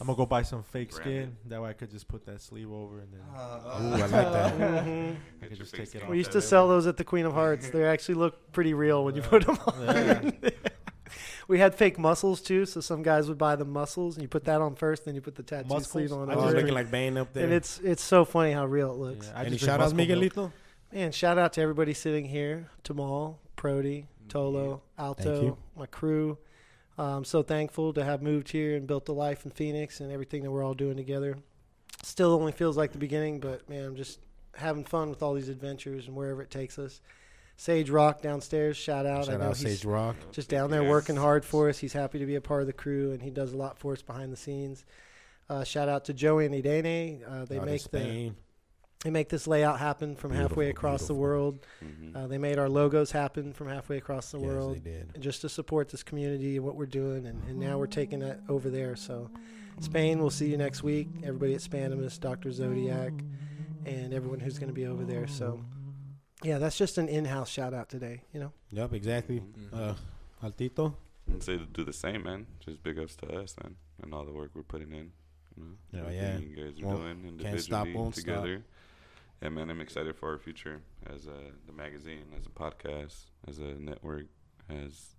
I'm gonna go buy some fake
Branded.
skin. That way I could just put that sleeve over and then
Ah,
Ooh, I like that.
I could
your
just
fake
take it
skin.
off.
Mm-hmm. we used to sell those at the Queen of Hearts. They actually look pretty real when you put them on.
Yeah.
We had fake muscles too, so some guys would buy the muscles, and you put that on first, then you put the tattoo
Muscles?
sleeve on.
I
I
just
was
over.
looking like Bane up there.
and it's it's so funny how real it looks.
Yeah, I
Any
just drink
shout outs,
Muscle milk.
Miguelito?
Man, shout out to everybody sitting here Tamal, Prody, Tolo,
Thank
Alto,
you.
my crew. I'm so thankful to have moved here and built a life in Phoenix and everything that we're all doing together. Still only feels like the beginning, but man, I'm just having fun with all these adventures and wherever it takes us. Sage Rock downstairs, shout out. I
Shout
know
out
he's
Sage Rock.
just down there
Yes.
working hard for us. He's happy to be a part of the crew, and he does a lot for us behind the scenes. Uh, shout out to Joey and Idene. Uh, they
out of
make the
Spain.
they make this layout happen from halfway
Beautiful,
across the
beautiful.
world.
Mm-hmm.
Uh, they made our logos happen from halfway across the
Yes,
world,
they did.
just to support this community and what we're doing. And, and now we're taking that over there. So, Spain, we'll see you next week. Everybody at Spanimus, Doctor Zodiac, and everyone who's going to be over there. So, yeah, that's just an in-house shout out today. You know,
Yep, exactly.
Mm-hmm.
Uh, Altito.
And say to do the same, man. Just big ups to us, man, and all the work we're putting in. You know,
Yeah,
Everything
yeah.
You guys are
Won't-
doing individually
can't stop, won't stop.
together. Yeah, man. I'm excited for our future as a the magazine, as a podcast, as a network, as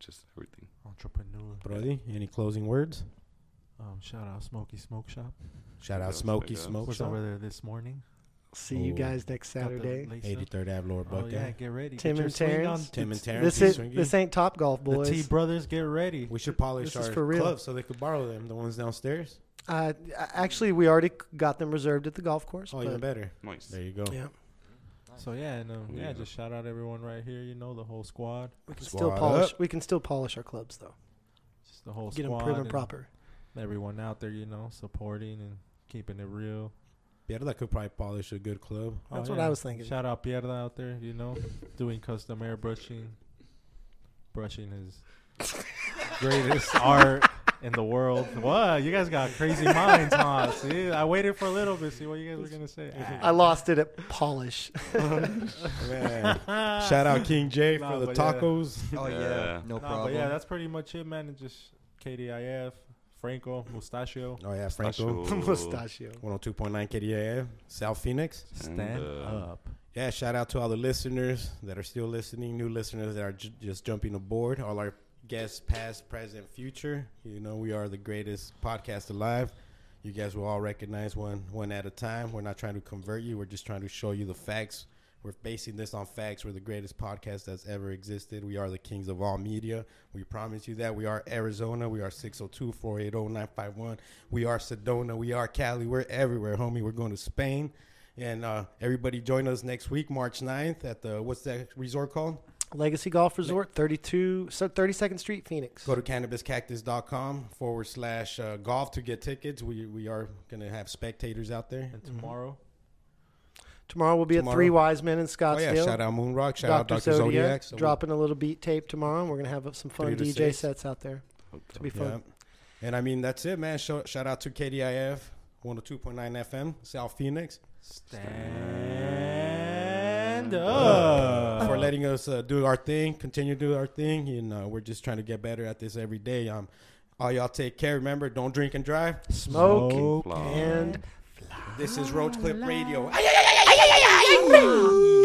just everything.
Entrepreneur.
Brody, any closing words?
Um, shout out Smoky Smoke Shop.
Shout out
Yes,
Smokey
I guess.
Smoke
Was
Shop,
over there this morning.
See you
Ooh.
guys next
Got the
Saturday.
lace up.
83rd Ave, Lower
Oh yeah,
Buckeye.
get ready.
Tim
Get your
and
swing
Terrence.
on.
Tim and Terrence.
This
you
is
swinging?
this ain't Top Golf, boys.
The T brothers, get ready.
we should polish
This is
our
for real.
clubs so they could borrow them, the ones downstairs.
Uh, actually, we already got them reserved at the golf course.
Oh,
but-
even better.
Nice.
There you go.
Yeah,
So yeah, and um, yeah,
Yeah.
just shout out everyone right here. You know the whole squad,
we can still
Squad
polish.
up.
We can still polish our clubs though.
just the whole
Get them
squad,
prim and
and
proper.
everyone out there. You know, supporting and keeping it real.
Pierda could probably polish a good club.
Oh,
That's what I was thinking.
Shout out Pierda out there. You know, doing custom airbrushing, brushing his greatest art in the world. What you guys got crazy minds, huh? See, I waited for a little bit. See what you guys were gonna say. Ah.
I lost it at polish.
Man. Shout out King J
Nah,
for the
but yeah.
tacos.
Oh yeah,
Yeah.
no
Nah,
problem.
but yeah, that's pretty much it, man. And just KDIF, Franco, Mustachio,
Oh, yeah, Franco.
Special.
Mustachio.
102.9 KDAF, South Phoenix.
stand
uh,
up.
Yeah, shout out to all the listeners that are still listening, new listeners that are j- just jumping aboard, all our guests, past, present, future. You know, we are the greatest podcast alive. You guys will all recognize one one at a time. We're not trying to convert you. We're just trying to show you the facts. We're basing this on facts. We're the greatest podcast that's ever existed. We are the kings of all media. We promise you that. We are Arizona. We are 602-480-951. We are Sedona. We are Cali. We're everywhere, homie. We're going to Spain. And uh, everybody join us next week, March 9th at the, what's that resort called?
Legacy Golf Resort, 32, so 32nd Street, Phoenix.
Go to cannabiscactus.com forward slash uh, golf to get tickets. We, we are going to have spectators out there.
And tomorrow,
Tomorrow we'll be at
Tomorrow.
Three Wise Men in
Oh, yeah.
Scottsdale.
Shout out Moonrock. Shout out
Dr.
Dr.
Zodiac,
Zodiac. So we-
dropping a little beat tape tomorrow. And we're gonna have some fun
Three to
DJ
six.
sets out there. To be fun.
Yeah. And I mean, that's it, man. Shout, shout out to KDIF 102.9 FM, South Phoenix,
stand up.
uh, for letting us uh, do our thing, continue to do our thing. You know, we're just trying to get better at this every day. Um, all y'all take care. Remember, don't drink and drive.
Smoke,
Smoke
and
This is Roach Clip Radio.
Ay, ay, ay, ay, ay, ay, ay, ay.